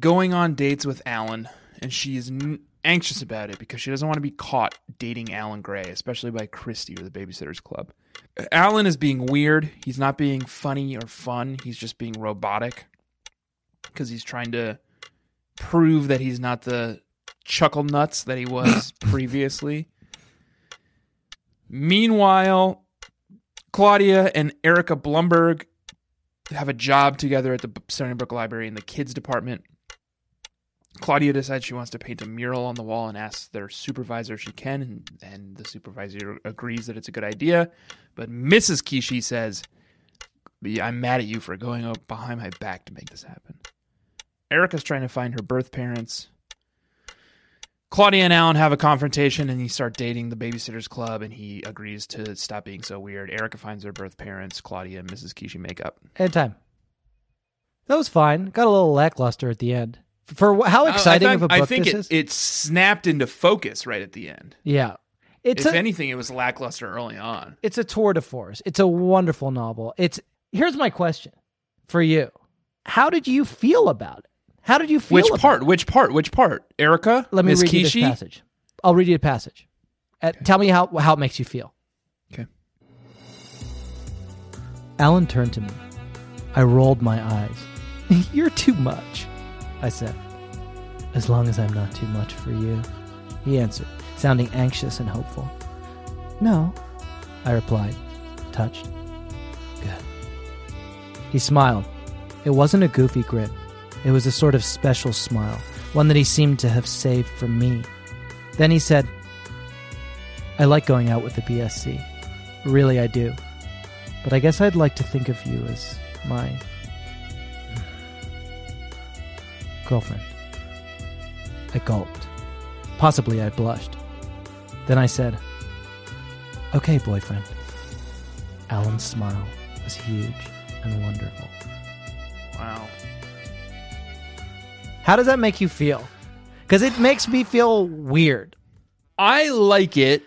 [SPEAKER 4] going on dates with Alan, and she is n- anxious about it because she doesn't want to be caught dating Alan Gray, especially by Christie or the Babysitters Club. Uh, Alan is being weird. He's not being funny or fun. He's just being robotic because he's trying to prove that he's not the chuckle nuts that he was previously. Meanwhile, Claudia and Erica Blumberg have a job together at the Stony Brook Library in the kids department. Claudia decides she wants to paint a mural on the wall and asks their supervisor if she can, and, and the supervisor agrees that it's a good idea. But Mrs. Kishi says, I'm mad at you for going up behind my back to make this happen. Erica's trying to find her birth parents. Claudia and Alan have a confrontation and they start dating the babysitters club and he agrees to stop being so weird. Erica finds her birth parents, Claudia and Mrs. Kishi make up.
[SPEAKER 3] And time. That was fine. Got a little lackluster at the end. For wh- how
[SPEAKER 4] Oh, I- I
[SPEAKER 3] exciting
[SPEAKER 4] thought-
[SPEAKER 3] of a book
[SPEAKER 4] I think
[SPEAKER 3] this
[SPEAKER 4] it,
[SPEAKER 3] is.
[SPEAKER 4] it snapped into focus right at the end.
[SPEAKER 3] yeah, it's
[SPEAKER 4] if
[SPEAKER 3] a,
[SPEAKER 4] anything, it was lackluster early on.
[SPEAKER 3] it's a tour de force. It's a wonderful novel. It's here's my question for you: How did you feel about it? How did you feel?
[SPEAKER 4] Which
[SPEAKER 3] about
[SPEAKER 4] part?
[SPEAKER 3] it?
[SPEAKER 4] Which part? Which part? Erica?
[SPEAKER 3] Let me
[SPEAKER 4] Miss
[SPEAKER 3] read you this
[SPEAKER 4] Kishi?
[SPEAKER 3] passage. I'll read you the passage. Uh, Tell me how how it makes you feel.
[SPEAKER 4] Okay.
[SPEAKER 3] Alan turned to me. I rolled my eyes. [laughs] You're too much, I said. As long as I'm not too much for you, he answered, sounding anxious and hopeful. No, I replied, touched. Good. He smiled. It wasn't a goofy grin, it was a sort of special smile, one that he seemed to have saved for me. Then he said, I like going out with the BSC. Really, I do but I guess I'd like to think of you as my girlfriend. I gulped. Possibly I blushed. Then I said, Okay, boyfriend. Alan's smile was huge and wonderful.
[SPEAKER 4] Wow.
[SPEAKER 3] How does that make you feel? Because it makes me feel [laughs] weird.
[SPEAKER 4] I like it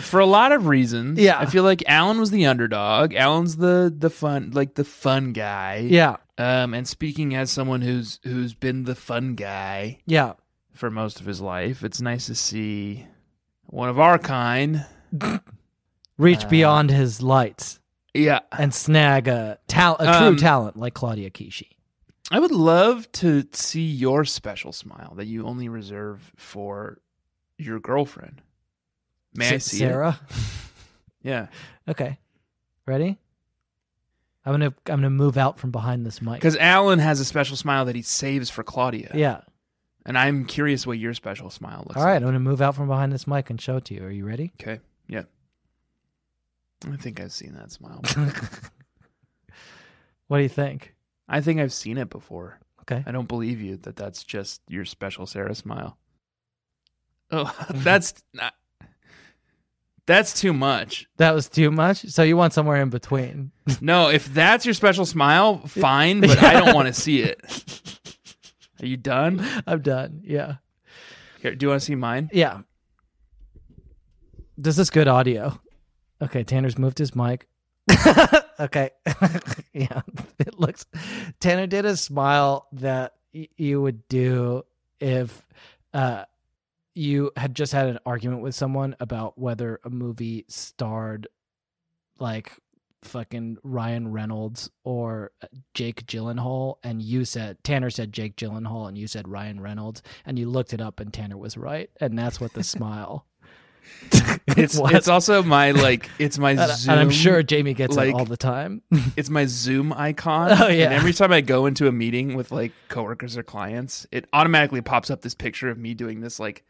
[SPEAKER 4] for a lot of reasons.
[SPEAKER 3] Yeah.
[SPEAKER 4] I feel like Alan was the underdog. Alan's the the fun like the fun guy.
[SPEAKER 3] Yeah.
[SPEAKER 4] Um, and speaking as someone who's who's been the fun guy
[SPEAKER 3] Yeah.
[SPEAKER 4] for most of his life, it's nice to see one of our kind.
[SPEAKER 3] Reach beyond his lights
[SPEAKER 4] Yeah.
[SPEAKER 3] and snag a talent, a true
[SPEAKER 4] Um,
[SPEAKER 3] talent like Claudia Kishi.
[SPEAKER 4] I would love to see your special smile that you only reserve for your girlfriend. May I
[SPEAKER 3] S-
[SPEAKER 4] see it?
[SPEAKER 3] Sarah.
[SPEAKER 4] Yeah.
[SPEAKER 3] Okay. Ready? I'm gonna I'm gonna move out from behind this mic.
[SPEAKER 4] Because Alan has a special smile that he saves for Claudia.
[SPEAKER 3] Yeah.
[SPEAKER 4] And I'm curious what your special smile looks
[SPEAKER 3] All right.
[SPEAKER 4] like.
[SPEAKER 3] I'm gonna move out from behind this mic and show it to you. Are you ready?
[SPEAKER 4] Okay. Yeah. I think I've seen
[SPEAKER 3] [laughs]
[SPEAKER 4] that smile.
[SPEAKER 3] What do you think?
[SPEAKER 4] I think I've seen it before.
[SPEAKER 3] Okay.
[SPEAKER 4] I don't believe you that that's just your special Sarah smile. Oh, [laughs]
[SPEAKER 3] [laughs]
[SPEAKER 4] that's not, that's too much.
[SPEAKER 3] That was too much. So you want somewhere in between?
[SPEAKER 4] No, if that's your special smile, fine, but I don't want to
[SPEAKER 3] [laughs]
[SPEAKER 4] see it. Are you done?
[SPEAKER 3] [laughs] I'm done. Yeah.
[SPEAKER 4] Here, do you want to see mine?
[SPEAKER 3] Yeah. This is good audio. Okay, Tanner's moved his mic. [laughs] okay. [laughs] yeah. It looks Tanner did a smile that y- you would do if uh you had just had an argument with someone about whether a movie starred like fucking Ryan Reynolds or uh, Jake Gyllenhaal and you said Tanner said Jake Gyllenhaal and you said Ryan Reynolds and you looked it up and Tanner was right and that's what the [laughs] smile
[SPEAKER 4] [laughs] It's
[SPEAKER 3] was.
[SPEAKER 4] it's also my like it's
[SPEAKER 3] [laughs]
[SPEAKER 4] my
[SPEAKER 3] and, uh,
[SPEAKER 4] Zoom.
[SPEAKER 3] and I'm sure Jamie gets
[SPEAKER 4] like-
[SPEAKER 3] it all the
[SPEAKER 4] [laughs]
[SPEAKER 3] time.
[SPEAKER 4] it's my Zoom icon.
[SPEAKER 3] Oh, yeah.
[SPEAKER 4] And every time I go into a meeting with like coworkers or clients, it automatically pops up this picture of me doing this like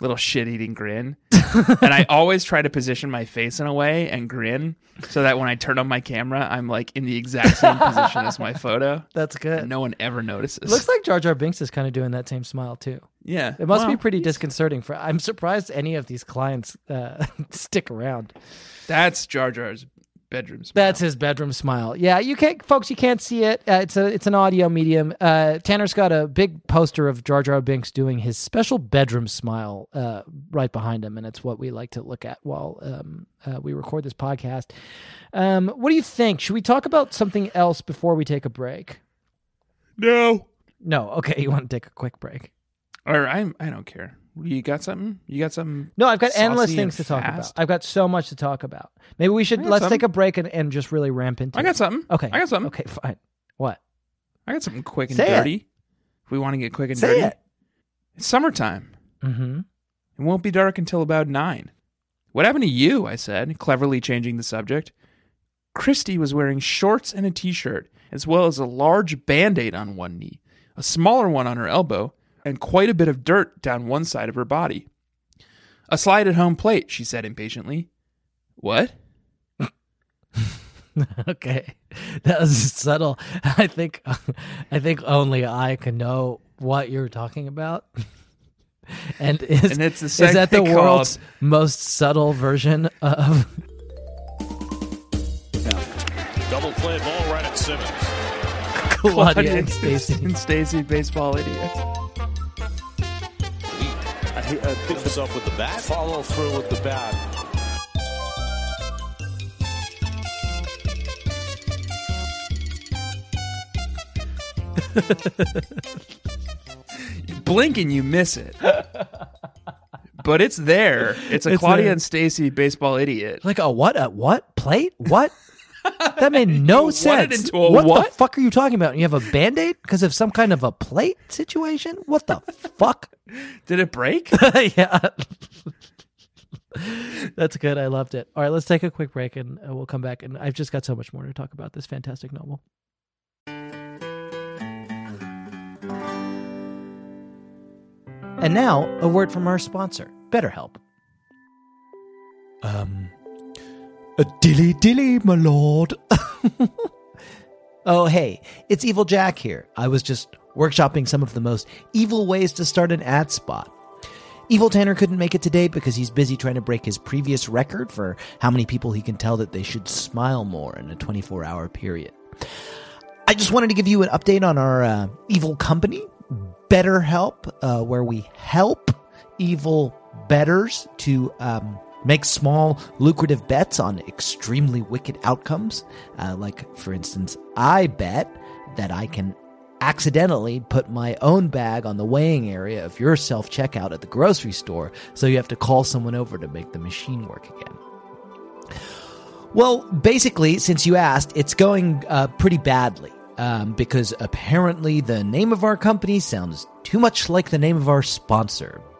[SPEAKER 4] little shit
[SPEAKER 3] [laughs]
[SPEAKER 4] eating grin. and I always try to position my face in a way and grin so that when I turn on my camera, I'm like in the exact same position as my
[SPEAKER 3] [laughs]
[SPEAKER 4] photo.
[SPEAKER 3] That's good.
[SPEAKER 4] And no one ever notices.
[SPEAKER 3] Looks like Jar Jar Binks is kind of doing that same smile too.
[SPEAKER 4] yeah.
[SPEAKER 3] It must be
[SPEAKER 4] Wow.
[SPEAKER 3] pretty disconcerting for. I'm surprised any of these clients uh, [laughs] stick around.
[SPEAKER 4] That's Jar Jar's bedroom. Smile.
[SPEAKER 3] That's his bedroom smile. Yeah, you can't, folks. You can't see it. Uh, it's a it's an audio medium. Uh, Tanner's got a big poster of Jar Jar Binks doing his special bedroom smile uh, right behind him, and it's what we like to look at while um, uh, we record this podcast. Um, what do you think? Should we talk about something else before we take a break?
[SPEAKER 4] no.
[SPEAKER 3] No. Okay, [laughs] you want to take a quick break?
[SPEAKER 4] Or I'm I don't care. You got something? You got something?
[SPEAKER 3] No, I've got endless
[SPEAKER 4] Saucy
[SPEAKER 3] things to
[SPEAKER 4] and
[SPEAKER 3] talk about.
[SPEAKER 4] fast.
[SPEAKER 3] I've got so much to talk about. Maybe we should
[SPEAKER 4] I got
[SPEAKER 3] let's
[SPEAKER 4] something.
[SPEAKER 3] take a break and, and just really ramp into.
[SPEAKER 4] I got
[SPEAKER 3] it.
[SPEAKER 4] something.
[SPEAKER 3] Okay.
[SPEAKER 4] I got something.
[SPEAKER 3] Okay, fine. What?
[SPEAKER 4] I got something quick and
[SPEAKER 3] Say it.
[SPEAKER 4] dirty. If we want to get quick and
[SPEAKER 3] Say
[SPEAKER 4] dirty,
[SPEAKER 3] it.
[SPEAKER 4] it's summertime.
[SPEAKER 3] Mm-hmm. [laughs]
[SPEAKER 4] It won't be dark until about nine. What happened to you? I said, cleverly changing the subject. Christy was wearing shorts and a t shirt, as well as a large band aid on one knee, a smaller one on her elbow, and quite a bit of dirt down one side of her body. A slide at home plate, she said impatiently. What?
[SPEAKER 3] okay that was [laughs] subtle i think [laughs] i think only i can know what you're talking about [laughs] and is,
[SPEAKER 4] And it's a
[SPEAKER 3] is that the
[SPEAKER 4] segment called-
[SPEAKER 3] world's most subtle version of
[SPEAKER 5] Double play ball right at Simmons.
[SPEAKER 3] claudia and stacy
[SPEAKER 4] and Stacy, baseball idiot.
[SPEAKER 5] I hit, uh, pick this up with the bat. Follow through with the bat.
[SPEAKER 4] blink and you miss it. but it's there. It's a
[SPEAKER 3] It's
[SPEAKER 4] Claudia
[SPEAKER 3] there.
[SPEAKER 4] and Stacy baseball idiot.
[SPEAKER 3] like a what a what plate
[SPEAKER 4] [laughs]
[SPEAKER 3] what that made no sense
[SPEAKER 4] into a
[SPEAKER 3] what,
[SPEAKER 4] what?
[SPEAKER 3] the fuck are you talking about you have a band-aid because of some kind of a plate situation what the fuck
[SPEAKER 4] Did it break?
[SPEAKER 3] [laughs] yeah. That's good. I loved it. All right, let's take a quick break and uh, we'll come back. And I've just got so much more to talk about this fantastic novel. And now, a word from our sponsor, BetterHelp. Um, a dilly dilly, my lord. [laughs] Oh, hey, it's Evil Jack here. I was just workshopping some of the most evil ways to start an ad spot. Evil Tanner couldn't make it today because he's busy trying to break his previous record for how many people he can tell that they should smile more in a 24 hour period. I just wanted to give you an update on our uh, evil company, BetterHelp, uh, where we help evil betters to um,
[SPEAKER 6] Make small, lucrative bets on extremely wicked outcomes. Uh, like, for instance, I bet that I can accidentally put my own bag on the weighing area of your self checkout at the grocery store, so you have to call someone over to make the machine work again. Well, basically, since you asked, it's going uh, pretty badly um, because apparently the name of our company sounds too much like the name of our sponsor,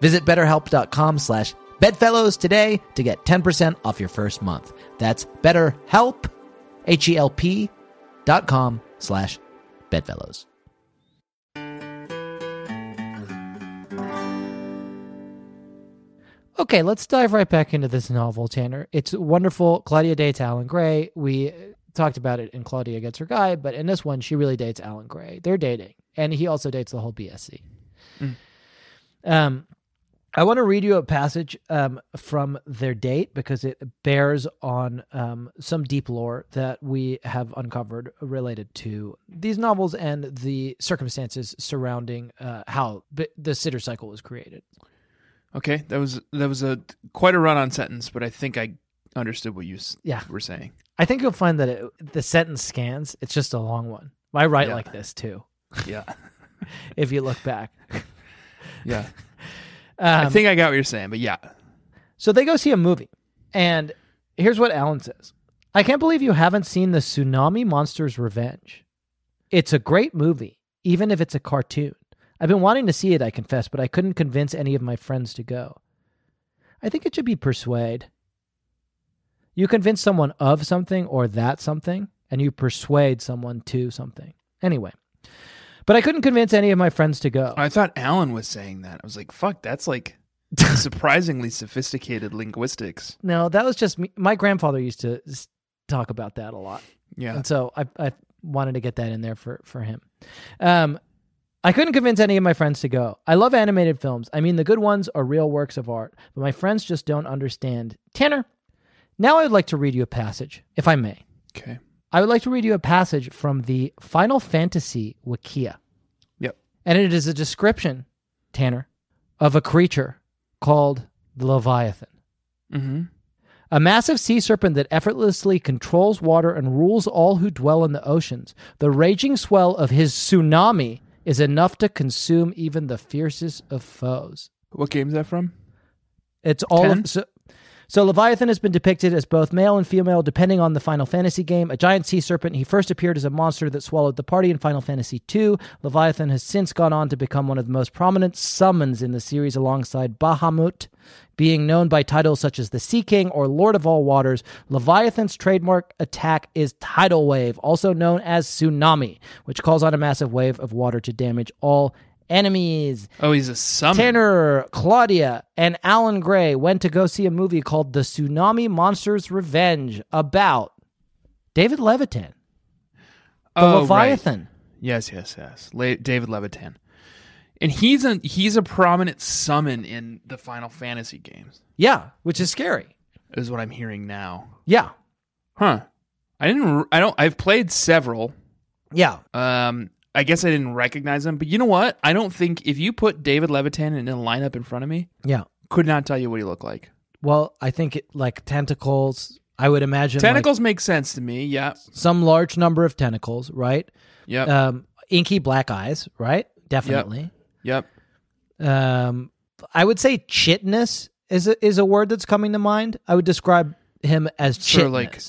[SPEAKER 6] Visit betterhelp.com slash bedfellows today to get 10% off your first month. That's betterhelp, H-E-L-P dot com slash bedfellows.
[SPEAKER 7] Okay, let's dive right back into this novel, Tanner. It's wonderful. Claudia dates Alan Gray. We uh, talked about it in Claudia Gets Her Guy, but in this one, she really dates Alan Gray. They're dating, and he also dates the whole BSC.
[SPEAKER 3] Um, I want to read you a passage um, from their date because it bears on um, some deep lore that we have uncovered related to these novels and the circumstances surrounding uh, how b- the sitter cycle was created.
[SPEAKER 4] Okay, that was that was a quite a run-on sentence, but I think I understood what you s-
[SPEAKER 3] Yeah.
[SPEAKER 4] were saying.
[SPEAKER 3] I think you'll find that it, the sentence scans. It's just a long one. I write
[SPEAKER 4] Yeah.
[SPEAKER 3] like this too,
[SPEAKER 4] Yeah,
[SPEAKER 3] if you look back.
[SPEAKER 4] [laughs]
[SPEAKER 3] [laughs]
[SPEAKER 4] yeah.
[SPEAKER 3] Um,
[SPEAKER 4] I think I got what you're saying, but yeah,
[SPEAKER 3] So they go see a movie. And here's what Alan says I can't believe you haven't seen The Tsunami Monster's Revenge. It's a great movie, even if it's a cartoon. I've been wanting to see it, I confess, but I couldn't convince any of my friends to go. I think it should be persuade. You convince someone of something or that something, and you persuade someone to something. Anyway, but I couldn't convince any of my friends to go.
[SPEAKER 4] I thought Alan was saying that. I was like, "Fuck, that's [laughs] like surprisingly sophisticated linguistics."
[SPEAKER 3] No, that was just me. My grandfather used to s- talk about that a lot,
[SPEAKER 4] Yeah,
[SPEAKER 3] and so I, I wanted to get that in there for for him. Um, I couldn't convince any of my friends to go. I love animated films. I mean, the good ones are real works of art, but my friends just don't understand. Tanner, now I would like to read you a passage, if I may.
[SPEAKER 4] okay,
[SPEAKER 3] I would like to read you a passage from the Final Fantasy Wikia.
[SPEAKER 4] yep.
[SPEAKER 3] And it is a description, Tanner, of a creature called the Leviathan.
[SPEAKER 4] Mm-hmm.
[SPEAKER 3] A massive sea serpent that effortlessly controls water and rules all who dwell in the oceans. The raging swell of his tsunami is enough to consume even the fiercest of foes.
[SPEAKER 4] What game's that from?
[SPEAKER 3] It's all
[SPEAKER 4] Ten?
[SPEAKER 3] of, so, so Leviathan has been depicted as both male and female, depending on the Final Fantasy game. A giant sea serpent, he first appeared as a monster that swallowed the party in Final Fantasy II. Leviathan has since gone on to become one of the most prominent summons in the series, alongside Bahamut. Being known by titles such as the Sea King or Lord of All Waters, Leviathan's trademark attack is Tidal Wave, also known as Tsunami, which calls on a massive wave of water to damage all enemies.
[SPEAKER 4] Oh, he's a summon.
[SPEAKER 3] Tanner, Claudia, and Alan Gray went to go see a movie called The Tsunami Monster's Revenge about David Levitan, the
[SPEAKER 4] oh, right.
[SPEAKER 3] Leviathan.
[SPEAKER 4] Yes, yes, yes. Le- David Levitan, and he's a he's a prominent summon in the Final Fantasy games.
[SPEAKER 3] Yeah, which is scary.
[SPEAKER 4] Is what I'm hearing now.
[SPEAKER 3] Yeah.
[SPEAKER 4] Huh? I didn't. r- I don't. I've played several.
[SPEAKER 3] Yeah.
[SPEAKER 4] Um, I guess I didn't recognize him, but you know what? I don't think if you put David Levitan in a lineup in front of me,
[SPEAKER 3] Yeah.
[SPEAKER 4] could not tell you what he looked like.
[SPEAKER 3] Well, I think it, like tentacles, I would imagine like,
[SPEAKER 4] Tentacles make sense to me. Yeah,
[SPEAKER 3] some large number of tentacles, right?
[SPEAKER 4] yep,
[SPEAKER 3] Um, inky black eyes, right? Definitely.
[SPEAKER 4] yep.
[SPEAKER 3] Um, I would say chitness is a, is a word that's coming to mind. I would describe him as chitness.
[SPEAKER 4] Sort of like-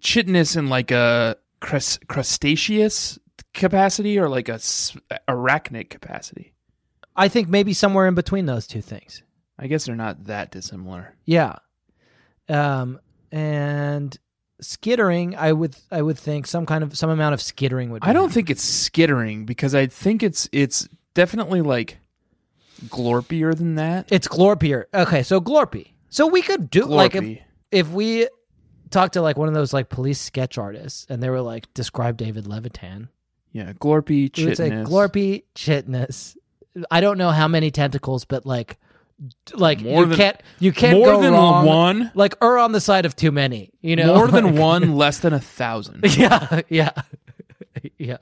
[SPEAKER 4] Chitinous and like a crust- crustaceous capacity or like a s- arachnid capacity?
[SPEAKER 3] I think maybe somewhere in between those two things.
[SPEAKER 4] I guess they're not that dissimilar.
[SPEAKER 3] Yeah. Um, and skittering, I would I would think some kind of some amount of skittering would. Be
[SPEAKER 4] I don't think it's skittering because I think it's it's definitely like glorpier than that.
[SPEAKER 3] It's glorpier. Okay, so glorpy. So we could do like if
[SPEAKER 4] Glorpy.
[SPEAKER 3] if we talked to like one of those like police sketch artists and they were like describe David Levitan.
[SPEAKER 4] Yeah, glorpy
[SPEAKER 3] We would say
[SPEAKER 4] chitness.
[SPEAKER 3] glorpy chitness. I don't know how many tentacles, but like d- like
[SPEAKER 4] More
[SPEAKER 3] you
[SPEAKER 4] than-
[SPEAKER 3] can't you can't
[SPEAKER 4] more
[SPEAKER 3] go
[SPEAKER 4] than
[SPEAKER 3] wrong.
[SPEAKER 4] one.
[SPEAKER 3] Like or on the side of too many. You know
[SPEAKER 4] More [laughs] than
[SPEAKER 3] [laughs] Like-
[SPEAKER 4] one, less than a [laughs] thousand.
[SPEAKER 3] Yeah, yeah, yeah,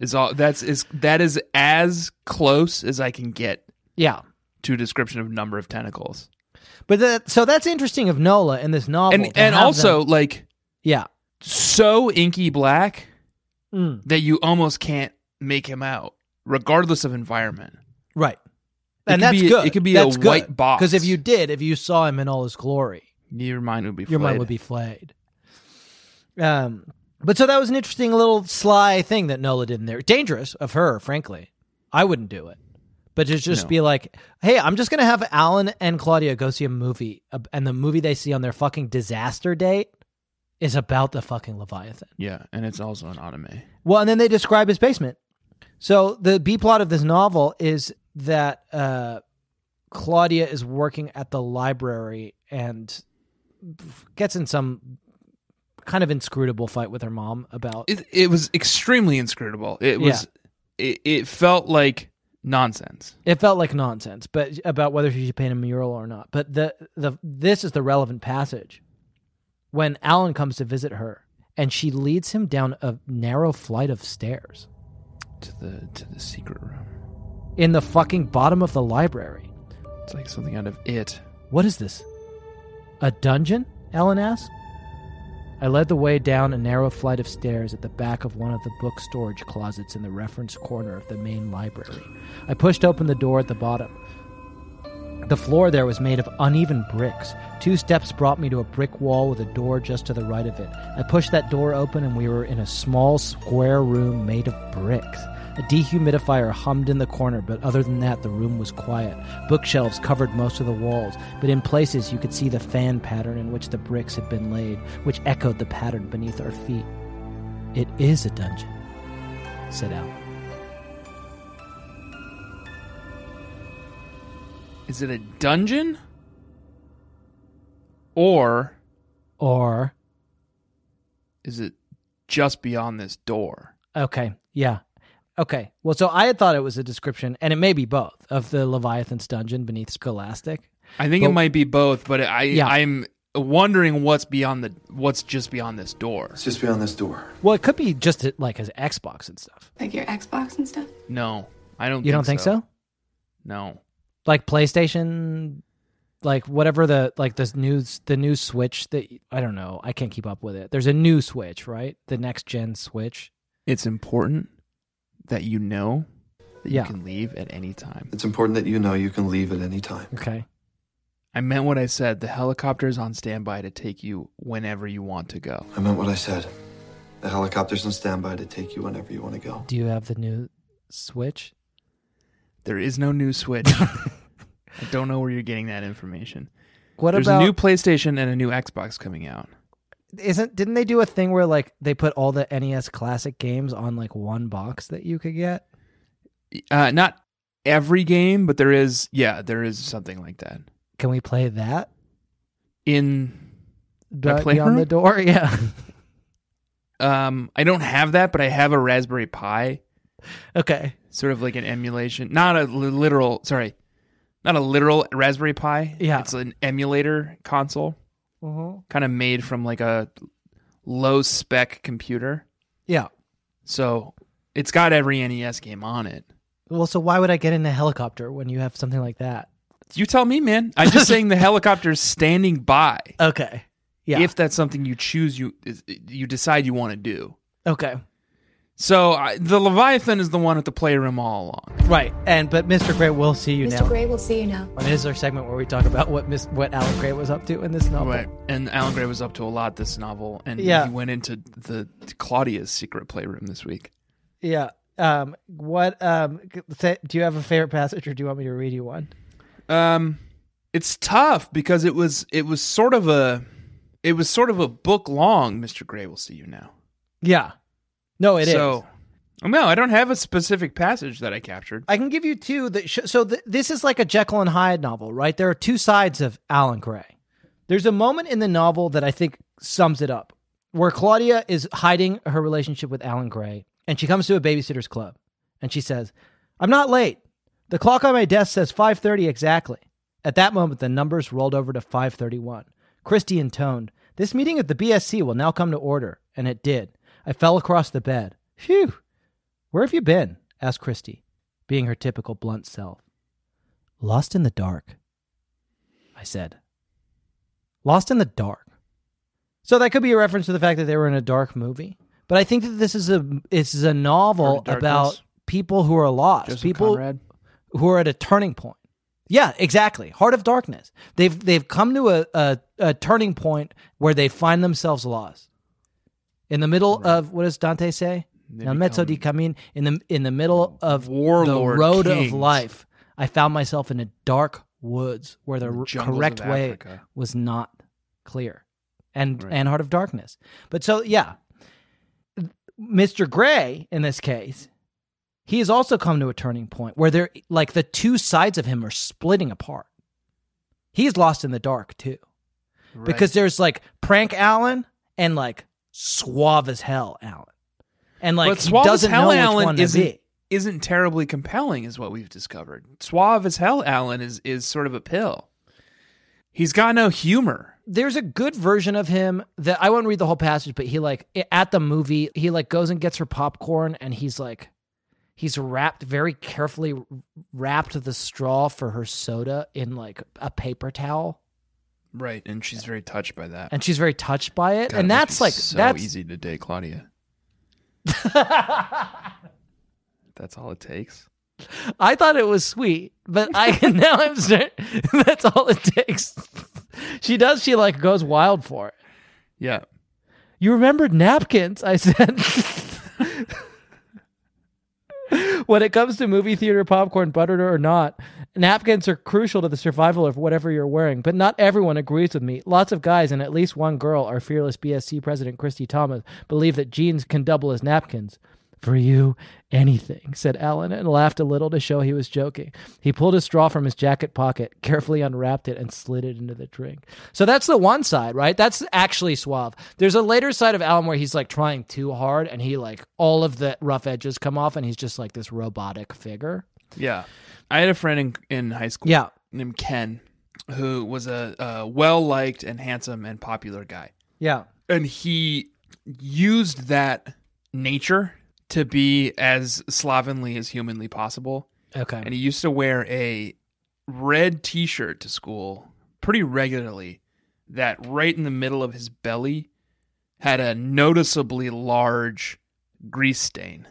[SPEAKER 4] Is all that's is that is as close as I can get
[SPEAKER 3] yeah.
[SPEAKER 4] to a description of number of tentacles.
[SPEAKER 3] But that so that's interesting of Nola in this novel,
[SPEAKER 4] And
[SPEAKER 3] to
[SPEAKER 4] and
[SPEAKER 3] have
[SPEAKER 4] also
[SPEAKER 3] them-
[SPEAKER 4] like
[SPEAKER 3] yeah,
[SPEAKER 4] so inky black
[SPEAKER 3] Mm.
[SPEAKER 4] that you almost can't make him out, regardless of environment.
[SPEAKER 3] right.
[SPEAKER 4] It
[SPEAKER 3] and
[SPEAKER 4] could
[SPEAKER 3] that's
[SPEAKER 4] be-
[SPEAKER 3] good.
[SPEAKER 4] it could be a
[SPEAKER 3] that's
[SPEAKER 4] white box.
[SPEAKER 3] because if you did, if you saw him in all his glory,
[SPEAKER 4] Your mind would be
[SPEAKER 3] your mind
[SPEAKER 4] flayed.
[SPEAKER 3] would be flayed. Um, but so that was an interesting little sly thing that Nola did in there. Dangerous of her, frankly. I wouldn't do it, but to just
[SPEAKER 4] No.
[SPEAKER 3] be like, "Hey, I'm just gonna have Alan and Claudia go see a movie, uh, and the movie they see on their fucking disaster date is about the fucking Leviathan."
[SPEAKER 4] yeah, and it's also an anime.
[SPEAKER 3] Well, and then they describe his basement. So the B plot of this novel is that uh, Claudia is working at the library and gets in some kind of inscrutable fight with her mom about
[SPEAKER 4] It it was extremely inscrutable. It was it, it felt like nonsense.
[SPEAKER 3] it felt like nonsense, but about whether she should paint a mural or not. But the the this is the relevant passage when Alan comes to visit her and she leads him down a narrow flight of stairs.
[SPEAKER 4] to the to the secret room.
[SPEAKER 3] in the fucking bottom of the library.
[SPEAKER 4] It's like something out of it.
[SPEAKER 3] What is this? A dungeon? Ellen asked. I led the way down a narrow flight of stairs at the back of one of the book storage closets in the reference corner of the main library. I pushed open the door at the bottom. The floor there was made of uneven bricks. Two steps brought me to a brick wall with a door just to the right of it. I pushed that door open and we were in a small square room made of bricks. A dehumidifier hummed in the corner, but other than that, the room was quiet. Bookshelves covered most of the walls, but in places you could see the fan pattern in which the bricks had been laid, which echoed the pattern beneath our feet. It is a dungeon, said Al.
[SPEAKER 4] Is it a dungeon? Or
[SPEAKER 3] Or,
[SPEAKER 4] is it just beyond this door?
[SPEAKER 3] okay, yeah. Okay. Well, so I had thought it was a description, and it may be both, of the Leviathan's dungeon beneath Scholastic.
[SPEAKER 4] I think
[SPEAKER 3] But-
[SPEAKER 4] it might be both, but I
[SPEAKER 3] Yeah.
[SPEAKER 4] I'm wondering what's beyond the what's just beyond this door.
[SPEAKER 8] Just beyond this door.
[SPEAKER 3] Well, it could be just uh, like his Xbox and stuff.
[SPEAKER 9] Like your Xbox and stuff?
[SPEAKER 4] No. I don't
[SPEAKER 3] You don't think so?
[SPEAKER 4] No.
[SPEAKER 3] Like PlayStation, like whatever the like this new the new Switch that I don't know. I can't keep up with it. There's a new Switch, right? The next gen Switch.
[SPEAKER 4] It's important that you know that
[SPEAKER 3] Yeah.
[SPEAKER 4] you can leave at any time.
[SPEAKER 8] It's important that you know you can leave at any time.
[SPEAKER 3] Okay.
[SPEAKER 4] I meant what I said. The helicopter is on standby to take you whenever you want to go.
[SPEAKER 8] I meant what I said. The helicopter's on standby to take you whenever you want to go.
[SPEAKER 3] Do you have the new Switch?
[SPEAKER 4] There is no
[SPEAKER 3] [laughs]
[SPEAKER 4] new Switch. I don't know where you're getting that information.
[SPEAKER 3] What
[SPEAKER 4] There's
[SPEAKER 3] about
[SPEAKER 4] a new PlayStation and a new Xbox coming out.
[SPEAKER 3] isn't didn't they do a thing where like they put all the NES classic games on like one box that you could get?
[SPEAKER 4] Uh, not every game, but there is, yeah, there is something like that.
[SPEAKER 3] Can we play that?
[SPEAKER 4] In,
[SPEAKER 3] Be-
[SPEAKER 4] playroom?
[SPEAKER 3] Beyond the door, [laughs] yeah.
[SPEAKER 4] um, I don't have that, but I have a Raspberry Pi,
[SPEAKER 3] okay.
[SPEAKER 4] sort of like an emulation. Not a li- literal, sorry, not a literal Raspberry Pi.
[SPEAKER 3] Yeah.
[SPEAKER 4] it's an emulator console, kind of made from like a low spec computer.
[SPEAKER 3] Yeah.
[SPEAKER 4] So it's got every NES game on it.
[SPEAKER 3] Well, so why would I get in a helicopter when you have something like that?
[SPEAKER 4] You tell me, man.
[SPEAKER 3] [laughs]
[SPEAKER 4] I'm just saying the helicopter's standing by.
[SPEAKER 3] Okay. Yeah.
[SPEAKER 4] If that's something you choose, you you decide you want to do.
[SPEAKER 3] okay.
[SPEAKER 4] So I, the Leviathan is the one at the playroom all along.
[SPEAKER 3] Right. And but Mr. Gray will see you now.
[SPEAKER 9] Mr. Gray will see you now.
[SPEAKER 3] And this is our segment where we talk about what Miss what Alan Gray was up to in this novel.
[SPEAKER 4] Right. And Alan Gray was up to a lot this novel, and
[SPEAKER 3] Yeah.
[SPEAKER 4] he went into the Claudia's secret playroom this week.
[SPEAKER 3] Yeah. Um, what um, g- say, do you have a favorite passage, or do you want me to read you one?
[SPEAKER 4] Um, it's tough because it was it was sort of a it was sort of a book long. Mister Gray will see you now.
[SPEAKER 3] Yeah. No, Oh, it is.
[SPEAKER 4] so, no, I don't have a specific passage that I captured.
[SPEAKER 3] I can give you two that sh- so th- this is like a Jekyll and Hyde novel, right? There are two sides of Alan Gray. There's a moment in the novel that I think sums it up, where Claudia is hiding her relationship with Alan Gray, and she comes to a babysitters club, and she says, "I'm not late. The clock on my desk says 5:30 exactly." At that moment, the numbers rolled over to 5:31. Christie intoned, "This meeting at the BSC will now come to order," and it did. I fell across the bed. Phew. Where have you been? asked Christie being her typical blunt self. Lost in the dark, I said. Lost in the dark. So that could be a reference to the fact that they were in a dark movie. But I think that this is a this is a novel
[SPEAKER 4] Dark
[SPEAKER 3] about
[SPEAKER 4] Darkness.
[SPEAKER 3] people who are lost,
[SPEAKER 4] Joseph
[SPEAKER 3] people
[SPEAKER 4] Conrad.
[SPEAKER 3] who are at a turning point. Yeah, exactly. Heart of darkness. They've they've come to a, a, a turning point where they find themselves lost. In the middle of what does Dante say? Now mezzo di camin in the in the middle of
[SPEAKER 4] Warlord
[SPEAKER 3] the road
[SPEAKER 4] kings.
[SPEAKER 3] of life, I found myself in a dark woods where the r-
[SPEAKER 4] jungles of
[SPEAKER 3] correct way
[SPEAKER 4] Africa.
[SPEAKER 3] was not clear, and and heart of darkness. But so yeah, Mr. Gray in this case, he has also come to a turning point where they're like the two sides of him are splitting apart. He's lost in the dark too. Because there's like prank Allen and like suave as hell Allen. And like
[SPEAKER 4] but
[SPEAKER 3] he
[SPEAKER 4] Suave as
[SPEAKER 3] doesn't
[SPEAKER 4] Hell
[SPEAKER 3] know which one
[SPEAKER 4] Allen
[SPEAKER 3] to
[SPEAKER 4] isn't,
[SPEAKER 3] be.
[SPEAKER 4] isn't terribly compelling, is what we've discovered. Suave as Hell Allen is, is sort of a pill. He's got no humor.
[SPEAKER 3] there's a good version of him that I won't read the whole passage, but he like at the movie, he like goes and gets her popcorn and he's like he's wrapped very carefully wrapped the straw for her soda in like a paper towel
[SPEAKER 4] Right, and she's very touched by that.
[SPEAKER 3] and she's very touched by it.
[SPEAKER 4] God,
[SPEAKER 3] and
[SPEAKER 4] it
[SPEAKER 3] that's
[SPEAKER 4] must be
[SPEAKER 3] like
[SPEAKER 4] so
[SPEAKER 3] that's
[SPEAKER 4] easy to date Claudia. that's all it takes.
[SPEAKER 3] [laughs] I thought it was sweet, but I [laughs] now I'm certain that's all it takes. [laughs] she does she like goes wild for it.
[SPEAKER 4] Yeah.
[SPEAKER 3] You remembered napkins, I said. when it comes to movie theater popcorn, buttered or not, napkins are crucial to the survival of whatever you're wearing, but not everyone agrees with me. Lots of guys and at least one girl, our fearless BSC president, Christy Thomas, believe that jeans can double as napkins. For you, anything, said Alan and laughed a little to show he was joking. He pulled a straw from his jacket pocket, carefully unwrapped it, and slid it into the drink. So that's the one side, right? That's actually suave. There's a later side of Alan where he's like trying too hard and he like all of the rough edges come off and he's just like this robotic figure.
[SPEAKER 4] Yeah. I had a friend in, in high school
[SPEAKER 3] Yeah.
[SPEAKER 4] named Ken who was a, a well liked and handsome and popular guy.
[SPEAKER 3] Yeah.
[SPEAKER 4] and he used that nature to be as slovenly as humanly possible
[SPEAKER 3] Okay.
[SPEAKER 4] and he used to wear a red t-shirt to school pretty regularly that right in the middle of his belly had a noticeably large
[SPEAKER 3] [laughs]
[SPEAKER 4] grease stain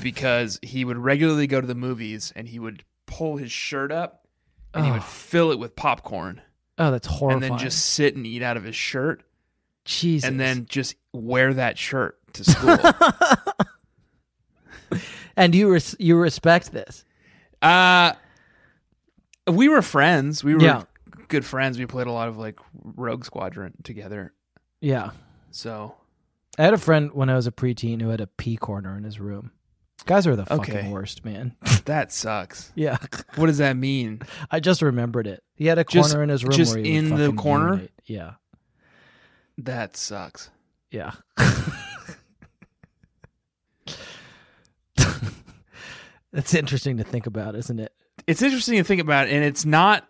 [SPEAKER 4] because he would regularly go to the movies and he would pull his shirt up and he would
[SPEAKER 3] Oh.
[SPEAKER 4] fill it with popcorn
[SPEAKER 3] oh, that's horrifying.
[SPEAKER 4] and then just sit and eat out of his shirt
[SPEAKER 3] Jesus.
[SPEAKER 4] and then just wear that shirt
[SPEAKER 3] [laughs]
[SPEAKER 4] to school. uh,
[SPEAKER 3] and you res- you respect this.
[SPEAKER 4] Uh, we were friends. We were
[SPEAKER 3] Yeah.
[SPEAKER 4] good friends. We played a lot of like Rogue Squadron together.
[SPEAKER 3] Yeah.
[SPEAKER 4] So
[SPEAKER 3] I had a friend when I was a preteen who had a pee corner in his room. Guys are the
[SPEAKER 4] Okay.
[SPEAKER 3] fucking worst, man. [laughs]
[SPEAKER 4] that sucks.
[SPEAKER 3] yeah.
[SPEAKER 4] What does that mean?
[SPEAKER 3] I just remembered it. He had a corner
[SPEAKER 4] Just-
[SPEAKER 3] in his room
[SPEAKER 4] just
[SPEAKER 3] where he would
[SPEAKER 4] in the
[SPEAKER 3] fucking
[SPEAKER 4] corner?
[SPEAKER 3] urinate. Yeah.
[SPEAKER 4] That sucks.
[SPEAKER 3] Yeah. [laughs] That's interesting to think about, isn't it?
[SPEAKER 4] It's interesting to think about, and it's not.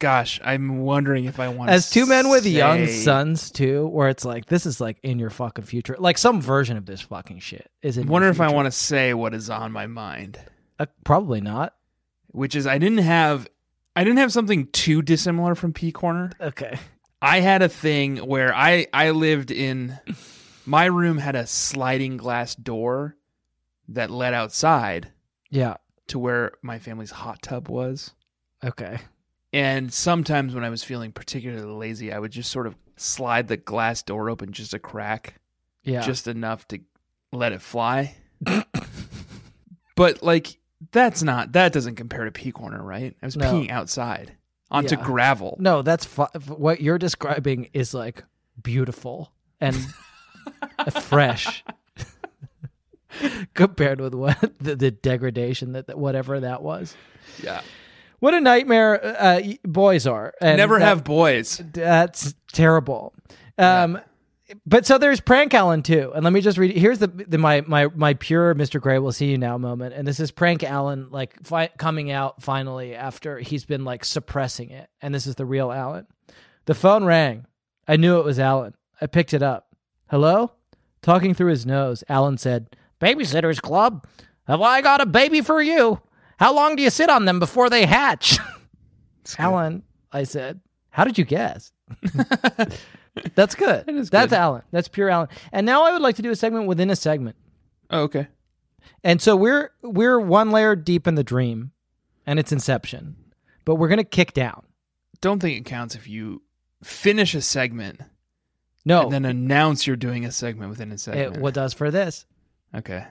[SPEAKER 4] Gosh, I'm wondering if I want
[SPEAKER 3] As two men with young
[SPEAKER 4] sons.
[SPEAKER 3] sons too, where it's like this is like in your fucking future, like some version of this fucking shit is in.
[SPEAKER 4] I
[SPEAKER 3] your
[SPEAKER 4] wonder if I
[SPEAKER 3] future.
[SPEAKER 4] want to say what is on my mind.
[SPEAKER 3] Uh, probably not.
[SPEAKER 4] Which is I didn't have I didn't have something too dissimilar from P Corner.
[SPEAKER 3] Okay.
[SPEAKER 4] I had a thing where I I lived in my room had a sliding glass door that led outside
[SPEAKER 3] Yeah.
[SPEAKER 4] to where my family's hot tub was.
[SPEAKER 3] Okay.
[SPEAKER 4] And sometimes when I was feeling particularly lazy, I would just sort of slide the glass door open just a crack,
[SPEAKER 3] Yeah.
[SPEAKER 4] just enough to let it fly. but like that's not that doesn't compare to pee corner, right? I was
[SPEAKER 3] No.
[SPEAKER 4] peeing outside onto
[SPEAKER 3] Yeah.
[SPEAKER 4] gravel.
[SPEAKER 3] No, that's fi- what you're describing is like beautiful
[SPEAKER 4] [laughs]
[SPEAKER 3] and fresh [laughs] compared with what the, the degradation that, that whatever that was.
[SPEAKER 4] Yeah.
[SPEAKER 3] What a nightmare uh, y- boys are. And
[SPEAKER 4] Never
[SPEAKER 3] that-
[SPEAKER 4] have boys.
[SPEAKER 3] That's terrible. Um, But so there's Prank Allen too, and let me just read. Here's the, the my my my pure Mr. Gray will see you now moment, and this is Prank Allen like fi- coming out finally after he's been like suppressing it, and this is the real Allen. The phone rang. I knew it was Allen. I picked it up. Hello? Talking through his nose, Allen said, "Babysitters Club, have I got a baby for you? How long do you sit on them before they
[SPEAKER 4] [laughs]
[SPEAKER 3] hatch?" Alan, I said, how did you
[SPEAKER 4] [laughs]
[SPEAKER 3] guess? That's good.
[SPEAKER 4] is
[SPEAKER 3] That's
[SPEAKER 4] good.
[SPEAKER 3] Alan. That's pure Alan. And now I would like to do a segment within a segment.
[SPEAKER 4] Oh, okay.
[SPEAKER 3] And so we're we're one layer deep in the dream and its inception. But we're gonna kick down.
[SPEAKER 4] Don't think it counts if you finish a segment
[SPEAKER 3] No,
[SPEAKER 4] and then announce you're doing a segment within a segment.
[SPEAKER 3] it uh, what does for this.
[SPEAKER 4] Okay.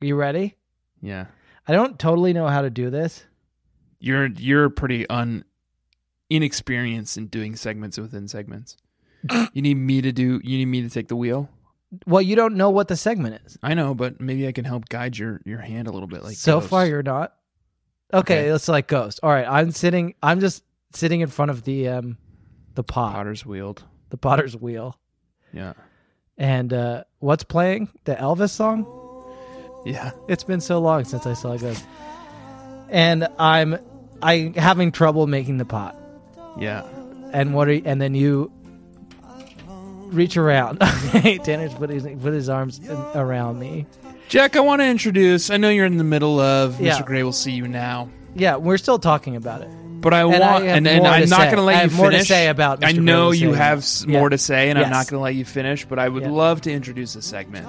[SPEAKER 3] You ready?
[SPEAKER 4] Yeah.
[SPEAKER 3] I don't totally know how to do this.
[SPEAKER 4] You're you're pretty un inexperienced in doing segments within
[SPEAKER 3] [coughs]
[SPEAKER 4] segments. you need me to do you need me to take the wheel?
[SPEAKER 3] Well, you don't know what the segment is.
[SPEAKER 4] I know, but maybe I can help guide your your hand a little bit like
[SPEAKER 3] so
[SPEAKER 4] Ghost.
[SPEAKER 3] far you're not. Okay,
[SPEAKER 4] Okay.
[SPEAKER 3] let's like ghost. All right, I'm sitting I'm just sitting in front of the um the pot,
[SPEAKER 4] Potter's wheeled.
[SPEAKER 3] the potter's wheel.
[SPEAKER 4] Yeah.
[SPEAKER 3] And uh, what's playing? The Elvis song?
[SPEAKER 4] Yeah.
[SPEAKER 3] It's been so long since I saw it go. And I'm I having trouble making the pot.
[SPEAKER 4] Yeah.
[SPEAKER 3] And what are you, and then you reach around. [laughs] Okay, Tanner's put his put his arms in- around me.
[SPEAKER 4] Jack, I want to introduce. I know you're in the middle of
[SPEAKER 3] Yeah.
[SPEAKER 4] Mr. Gray. We'll see you now,
[SPEAKER 3] Yeah, we're still talking about it.
[SPEAKER 4] but I
[SPEAKER 3] And I
[SPEAKER 4] want,
[SPEAKER 3] have
[SPEAKER 4] and, and
[SPEAKER 3] more
[SPEAKER 4] I'm
[SPEAKER 3] to
[SPEAKER 4] not
[SPEAKER 3] say.
[SPEAKER 4] going to
[SPEAKER 3] I
[SPEAKER 4] let you
[SPEAKER 3] have more to
[SPEAKER 4] finish.
[SPEAKER 3] say about
[SPEAKER 4] I
[SPEAKER 3] Mr. Gray
[SPEAKER 4] know
[SPEAKER 3] will see
[SPEAKER 4] you
[SPEAKER 3] you now.
[SPEAKER 4] have s
[SPEAKER 3] Yeah.
[SPEAKER 4] more to say, and I'm not
[SPEAKER 3] Yes.
[SPEAKER 4] going to let you finish. But I would
[SPEAKER 3] Yeah.
[SPEAKER 4] love to introduce a segment,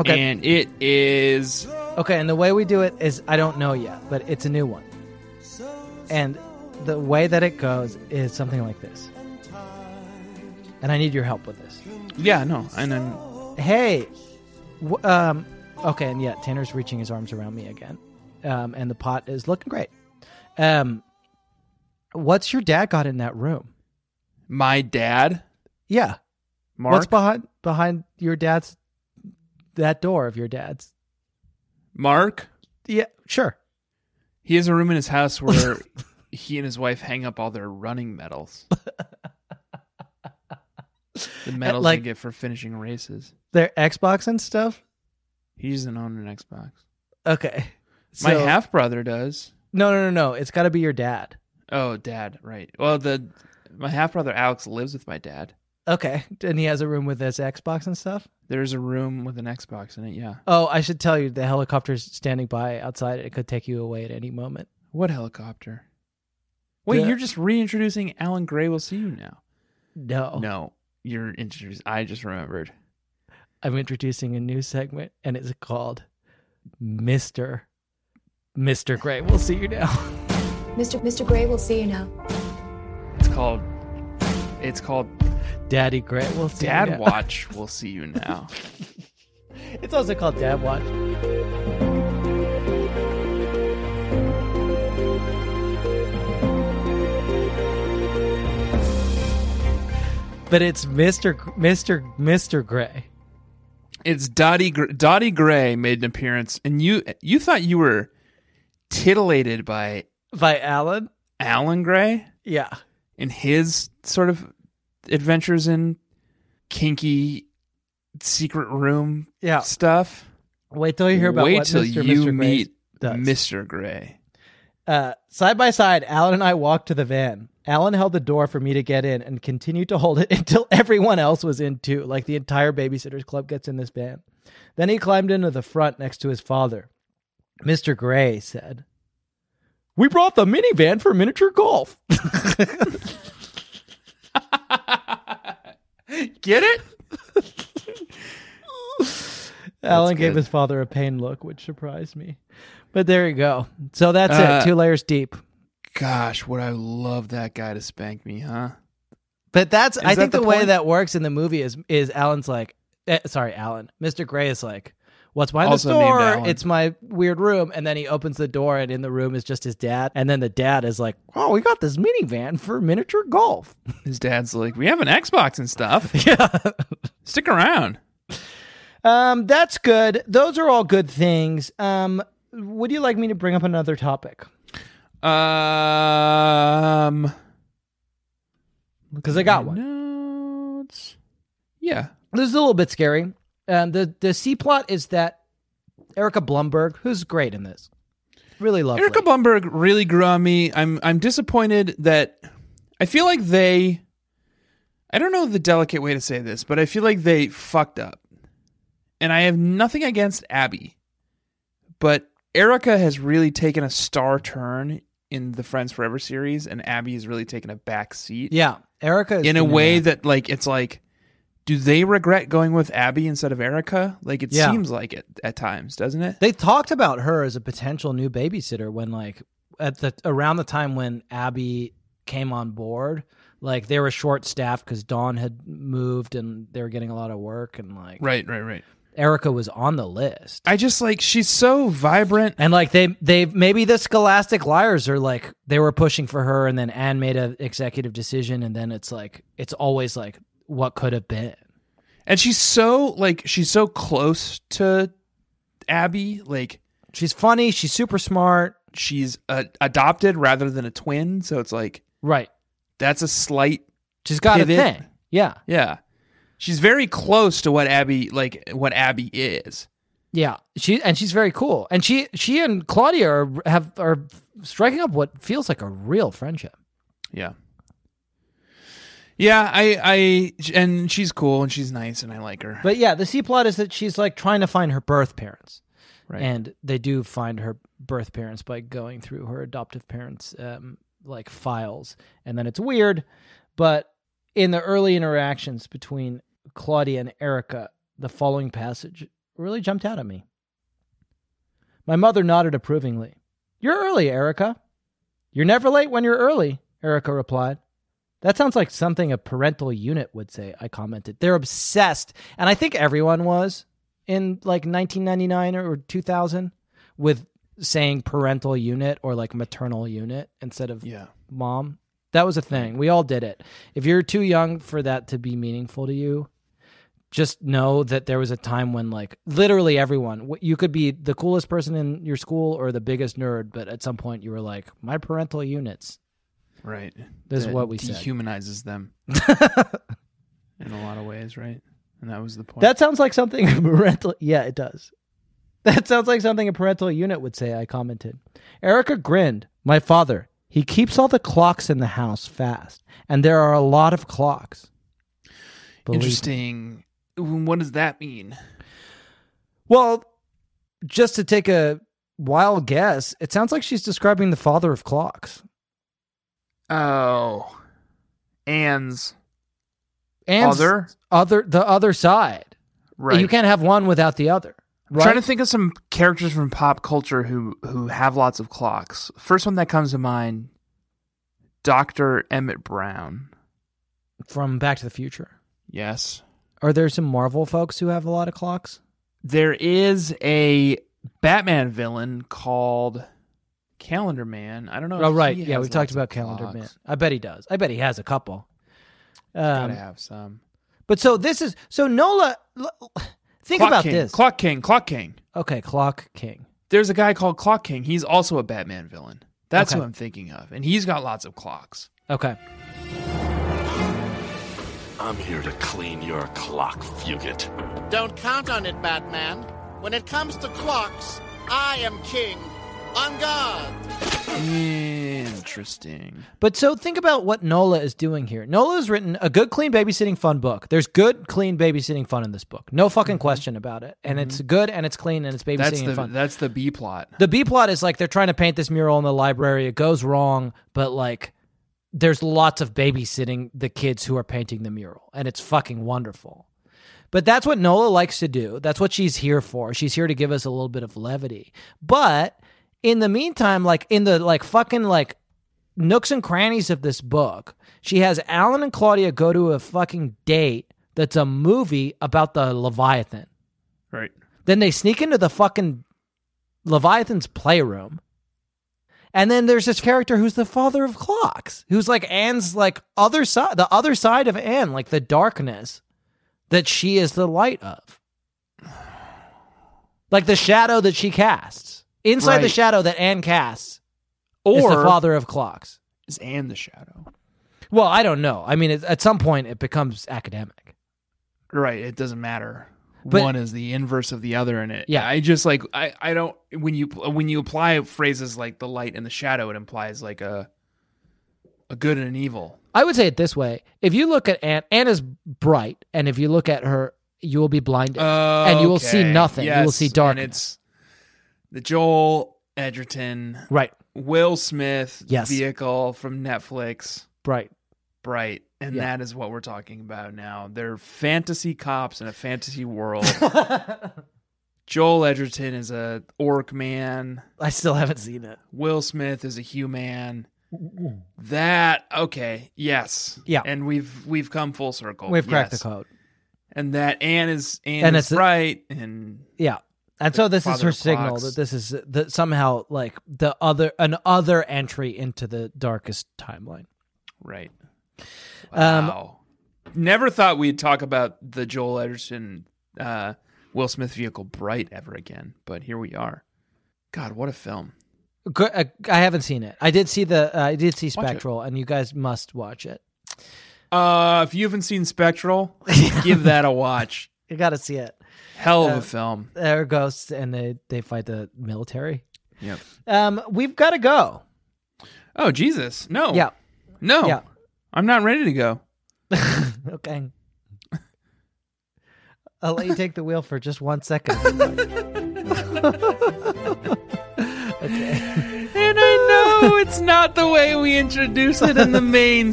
[SPEAKER 3] Okay.
[SPEAKER 4] and it is
[SPEAKER 3] Okay, and the way we do it is I don't know yet, but it's a new one. And the way that it goes is something like this. And I need your help with this.
[SPEAKER 4] yeah, no, and then
[SPEAKER 3] hey w- um okay and yeah tanner's reaching his arms around me again um and the pot is looking great um what's your dad got in that room
[SPEAKER 4] my dad,
[SPEAKER 3] yeah
[SPEAKER 4] Mark.
[SPEAKER 3] what's behind behind your dad's that door of your dad's
[SPEAKER 4] Mark,
[SPEAKER 3] yeah sure
[SPEAKER 4] he has a room in
[SPEAKER 3] [laughs]
[SPEAKER 4] his house where he and his wife hang up all their running medals.
[SPEAKER 3] [laughs]
[SPEAKER 4] the medals
[SPEAKER 3] like-
[SPEAKER 4] you get for finishing races.
[SPEAKER 3] their xbox and stuff
[SPEAKER 4] He doesn't own an Xbox.
[SPEAKER 3] okay
[SPEAKER 4] my
[SPEAKER 3] So-
[SPEAKER 4] half brother does.
[SPEAKER 3] no no no no it's got to be your dad
[SPEAKER 4] Oh, dad, right. Well, the my half brother Alex lives with my dad.
[SPEAKER 3] okay [laughs] and he has a room with his xbox and stuff
[SPEAKER 4] There's a room with an Xbox in it. Yeah.
[SPEAKER 3] oh i should tell you the helicopter's standing by outside it could take you away at any moment
[SPEAKER 4] What helicopter? Wait,
[SPEAKER 3] The-
[SPEAKER 4] you're just reintroducing Alan Gray. Will see you now.
[SPEAKER 3] no
[SPEAKER 4] No, you're introducing. I just remembered.
[SPEAKER 3] I'm introducing a new segment, and it's called Mr. Mr. Gray. We'll see you now. [laughs]
[SPEAKER 9] Mr. Mr. Gray will see you now.
[SPEAKER 4] It's called. It's called
[SPEAKER 3] Daddy Gray. We'll see you
[SPEAKER 4] Dad
[SPEAKER 3] now.
[SPEAKER 4] Watch. Will see you now. [laughs]
[SPEAKER 3] It's also called Dad Watch. But it's Mr. Gr- Mr. Mr. Gray.
[SPEAKER 4] It's Dottie. Gr- Dottie Gray made an appearance, and you you thought you were titillated by
[SPEAKER 3] By Alan?
[SPEAKER 4] Alan Gray.
[SPEAKER 3] Yeah.
[SPEAKER 4] in his sort of adventures in kinky secret room
[SPEAKER 3] Yeah.
[SPEAKER 4] stuff.
[SPEAKER 3] Wait till you hear about
[SPEAKER 4] Wait
[SPEAKER 3] what
[SPEAKER 4] till
[SPEAKER 3] Mr.
[SPEAKER 4] you
[SPEAKER 3] Mr. Gray
[SPEAKER 4] meet
[SPEAKER 3] does.
[SPEAKER 4] Mr. Gray.
[SPEAKER 3] Uh, side by side, Alan and I walked to the van. Alan held the door for me to get in and continued to hold it [laughs] until everyone else was in too, like the entire Babysitters Club gets in this van. Then he climbed into the front next to his father. Mr. Gray said, We brought the minivan for miniature golf. [laughs]
[SPEAKER 4] Get it?
[SPEAKER 3] Alan gave
[SPEAKER 4] good.
[SPEAKER 3] his father a pained look, which surprised me. But there you go. So that's
[SPEAKER 4] Uh,
[SPEAKER 3] it, two layers deep.
[SPEAKER 4] Gosh, would I love that guy to spank me, huh?
[SPEAKER 3] But that's I
[SPEAKER 4] that
[SPEAKER 3] think the,
[SPEAKER 4] the
[SPEAKER 3] way
[SPEAKER 4] point?
[SPEAKER 3] that works in the movie is is Alan's like eh, sorry Alan Mr. Gray is like what's behind
[SPEAKER 4] Also
[SPEAKER 3] the
[SPEAKER 4] named
[SPEAKER 3] door?
[SPEAKER 4] Alan.
[SPEAKER 3] It's my weird room. And then he opens the door, and in the room is just his dad. And then the dad is like, oh, we got this minivan for miniature
[SPEAKER 4] [laughs]
[SPEAKER 3] golf.
[SPEAKER 4] His dad's like, we have an Xbox and stuff.
[SPEAKER 3] yeah.
[SPEAKER 4] Stick around.
[SPEAKER 3] Um, that's good. Those are all good things. Um, would you like me to bring up another topic?
[SPEAKER 4] Um,
[SPEAKER 3] Because I got one.
[SPEAKER 4] notes. Yeah.
[SPEAKER 3] This is a little bit scary. Um, the the C plot is that Erica Blumberg, who's great in this, really lovely.
[SPEAKER 4] Erica Blumberg really grew on me. I'm I'm disappointed that I feel like they I don't know the delicate way to say this, but I feel like they fucked up. And I have nothing against Abby. But Erica has really taken a star turn in the Friends Forever series and Abby has really taken a back seat.
[SPEAKER 3] yeah, Erica is
[SPEAKER 4] in a
[SPEAKER 3] doing
[SPEAKER 4] way
[SPEAKER 3] that.
[SPEAKER 4] that like it's like do they regret going with Abby instead of Erica? Like it
[SPEAKER 3] Yeah.
[SPEAKER 4] seems like it at times, doesn't it?
[SPEAKER 3] they talked about her as a potential new babysitter when like at the around the time when Abby came on board. Like they were short staffed because Dawn had moved and they were getting a lot of work, and like
[SPEAKER 4] Right, right, right.
[SPEAKER 3] Erica was on the list.
[SPEAKER 4] I just like she's so vibrant
[SPEAKER 3] And like they they maybe the Scholastic Liars are like they were pushing for her, and then Anne made a executive decision, and then it's like it's always like what could have been.
[SPEAKER 4] and she's so like she's so close to abby like
[SPEAKER 3] She's funny. She's super smart.
[SPEAKER 4] she's uh, adopted rather than a twin so it's like
[SPEAKER 3] Right.
[SPEAKER 4] that's a slight
[SPEAKER 3] She's got
[SPEAKER 4] Pivot.
[SPEAKER 3] a thing. Yeah.
[SPEAKER 4] yeah she's very close to what abby like what abby is
[SPEAKER 7] Yeah, she and she's very cool, and she she and Claudia are have are striking up what feels like a real friendship.
[SPEAKER 4] yeah yeah i i and she's cool and she's nice and i like her
[SPEAKER 3] But yeah, the C plot is that she's like trying to find her birth parents,
[SPEAKER 4] Right.
[SPEAKER 3] and they do find her birth parents by going through her adoptive parents' um, like files, and then it's weird. But in the early interactions between Claudia and Erica, the following passage really jumped out at me. My mother nodded approvingly. You're early, Erica. You're never late when you're early, Erica replied. That sounds like something a parental unit would say, I commented. They're obsessed. And I think everyone was in like 1999 or 2000 with saying parental unit or like maternal unit instead of
[SPEAKER 4] yeah
[SPEAKER 3] mom. That was a thing. We all did it. If you're too young for that to be meaningful to you, just know that there was a time when like literally everyone w- you could be the coolest person in your school or the biggest nerd, but at some point you were like, my parental units. [laughs]
[SPEAKER 4] right
[SPEAKER 3] This is
[SPEAKER 4] That
[SPEAKER 3] what we said.
[SPEAKER 4] dehumanizes them in a lot of ways right and that was the point
[SPEAKER 3] That sounds like something a parental. Yeah, it does. That sounds like something a parental unit would say, I commented. Erica grinned. My father, he keeps all the clocks in the house fast, and there are a lot of clocks. Believe me.
[SPEAKER 4] interesting what does that mean
[SPEAKER 3] Well, just to take a wild guess, it sounds like she's describing the father of clocks.
[SPEAKER 4] Oh, Anne's
[SPEAKER 7] And
[SPEAKER 4] Other?
[SPEAKER 7] other the other side.
[SPEAKER 4] right.
[SPEAKER 7] You can't have one without the other.
[SPEAKER 4] I'm trying to think of some characters from pop culture who who have lots of clocks. First one that comes to mind, Doctor Emmett Brown.
[SPEAKER 3] From Back to the Future.
[SPEAKER 4] Yes,
[SPEAKER 3] Are there some Marvel folks who have a lot of clocks?
[SPEAKER 4] there is a Batman villain called Calendar Man. I don't know. if
[SPEAKER 3] Oh, right.
[SPEAKER 4] he
[SPEAKER 3] Yeah,
[SPEAKER 4] has
[SPEAKER 3] we talked
[SPEAKER 4] lots of
[SPEAKER 3] about Calendar Man.
[SPEAKER 4] clocks.
[SPEAKER 3] I bet he does. I bet he has a couple. Um,
[SPEAKER 4] Gotta have some.
[SPEAKER 3] But so this is so Nola. l- Think
[SPEAKER 4] Clock
[SPEAKER 3] about
[SPEAKER 4] King,
[SPEAKER 3] this.
[SPEAKER 4] Clock King. Clock King.
[SPEAKER 3] Okay, Clock King.
[SPEAKER 4] There's a guy called Clock King. He's also a Batman villain. That's
[SPEAKER 3] Okay.
[SPEAKER 4] who I'm thinking of, and he's got lots of clocks.
[SPEAKER 3] Okay,
[SPEAKER 5] I'm here to clean your clock, Fugit.
[SPEAKER 10] Don't count on it, Batman. When it comes to clocks, I am king. On guard.
[SPEAKER 4] Interesting.
[SPEAKER 3] but so think about what Nola is doing here. Nola has written a good, clean babysitting fun book. There's good, clean babysitting fun in this book. No fucking question about it. And it's good, and it's clean, and it's babysitting
[SPEAKER 4] Mm-hmm. That's the
[SPEAKER 3] and fun.
[SPEAKER 4] that's the B plot.
[SPEAKER 3] the B plot is like they're trying to paint this mural in the library. It goes wrong, but like there's lots of babysitting the kids who are painting the mural, and it's fucking wonderful. But that's what Nola likes to do. That's what she's here for. She's here to give us a little bit of levity. But in the meantime, like in the like fucking like nooks and crannies of this book, she has Alan and Claudia go to a fucking date that's a movie about the Leviathan.
[SPEAKER 4] Right.
[SPEAKER 3] Then they sneak into the fucking Leviathan's playroom. And then there's this character who's the father of clocks, who's like Anne's like other side, the other side of Anne, like the darkness that she is the light of. Like the shadow that she casts. Inside the
[SPEAKER 4] Right.
[SPEAKER 3] shadow that Anne casts
[SPEAKER 4] Or
[SPEAKER 3] is the father of clocks.
[SPEAKER 4] is Anne the shadow?
[SPEAKER 3] Well, I don't know. I mean, it, at some point it becomes academic.
[SPEAKER 4] Right. It doesn't matter.
[SPEAKER 3] But-
[SPEAKER 4] One is the inverse of the other in it.
[SPEAKER 3] Yeah.
[SPEAKER 4] I just like I I don't when you when you apply phrases like the light and the shadow, it implies like a a good and an evil.
[SPEAKER 7] I would say it this way: if you look at Anne, Anne is bright, and if you look at her, you will be blinded,
[SPEAKER 4] Oh,
[SPEAKER 7] and you will see
[SPEAKER 4] okay.
[SPEAKER 7] nothing. you will see
[SPEAKER 4] Yes, And
[SPEAKER 7] darkness.
[SPEAKER 4] it's the Joel Edgerton,
[SPEAKER 3] Right.
[SPEAKER 4] Will Smith
[SPEAKER 3] Yes.
[SPEAKER 4] vehicle from Netflix,
[SPEAKER 3] Right.
[SPEAKER 4] Bright. And
[SPEAKER 3] Yeah.
[SPEAKER 4] that is what we're talking about now. They're fantasy cops in a
[SPEAKER 3] [laughs]
[SPEAKER 4] fantasy world. Joel Edgerton is a orc man.
[SPEAKER 3] I still haven't seen it.
[SPEAKER 4] Will Smith is a human. That okay, yes,
[SPEAKER 3] Yeah.
[SPEAKER 4] and we've we've come full circle.
[SPEAKER 3] We've cracked
[SPEAKER 4] Oh, yes.
[SPEAKER 3] the code.
[SPEAKER 4] and that Anne is Anne
[SPEAKER 3] And
[SPEAKER 4] is
[SPEAKER 3] it's-
[SPEAKER 4] right, and
[SPEAKER 3] Yeah. And so this is
[SPEAKER 4] father
[SPEAKER 3] her
[SPEAKER 4] of
[SPEAKER 3] signal
[SPEAKER 4] clocks.
[SPEAKER 3] that this is that somehow like the other an other entry into the darkest timeline.
[SPEAKER 4] right.
[SPEAKER 3] Um,
[SPEAKER 4] Wow, never thought we'd talk about the Joel Edgerton, uh, Will Smith vehicle Bright ever again, but here we are. God, what a film!
[SPEAKER 3] Gr- uh, I haven't seen it. I did see the uh, I did see
[SPEAKER 4] it.
[SPEAKER 3] Spectral, and you guys must watch it.
[SPEAKER 4] Uh, if you haven't
[SPEAKER 3] [laughs]
[SPEAKER 4] seen Spectral, give that a watch.
[SPEAKER 3] You got to see it.
[SPEAKER 4] Hell of
[SPEAKER 3] Uh,
[SPEAKER 4] a film.
[SPEAKER 3] There are ghosts, and they they fight the military.
[SPEAKER 4] Yep.
[SPEAKER 3] Um, we've got to go.
[SPEAKER 4] Oh Jesus, no,
[SPEAKER 3] Yeah.
[SPEAKER 4] no,
[SPEAKER 3] Yeah.
[SPEAKER 4] I'm not ready to go.
[SPEAKER 3] Okay. I'll let you take the wheel for just one
[SPEAKER 4] [laughs]
[SPEAKER 3] second.
[SPEAKER 4] And I
[SPEAKER 3] [laughs]
[SPEAKER 4] know it's not the way we introduce it in the main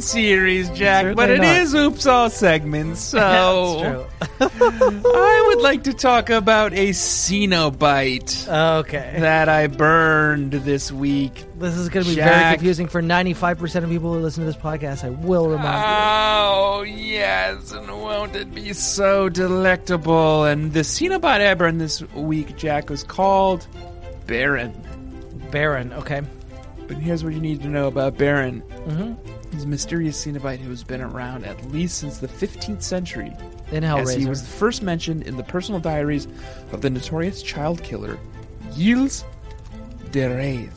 [SPEAKER 3] [laughs]
[SPEAKER 4] series, Jack, but it
[SPEAKER 3] Certainly not.
[SPEAKER 4] is Oops
[SPEAKER 3] [laughs]
[SPEAKER 4] All segments, so
[SPEAKER 3] That's [laughs]
[SPEAKER 4] I would like to talk about a Cenobite
[SPEAKER 3] true. Okay.
[SPEAKER 4] that I burned this week.
[SPEAKER 3] This is going to be very
[SPEAKER 4] Jack.
[SPEAKER 3] confusing for 95% of people who listen to this podcast. I will remind
[SPEAKER 4] Oh, yes, and won't it be so delectable? And the Cenobite I burned this week, Jack, was called Baron.
[SPEAKER 3] you. Baron, okay.
[SPEAKER 4] But here's what you need to know about Baron. Mm-hmm. He's a mysterious Cenobite who has been around at least since the 15th century,
[SPEAKER 3] In
[SPEAKER 4] as he
[SPEAKER 3] Hellraiser.
[SPEAKER 4] was first mentioned in the personal diaries of the notorious child killer Gilles de Reyes.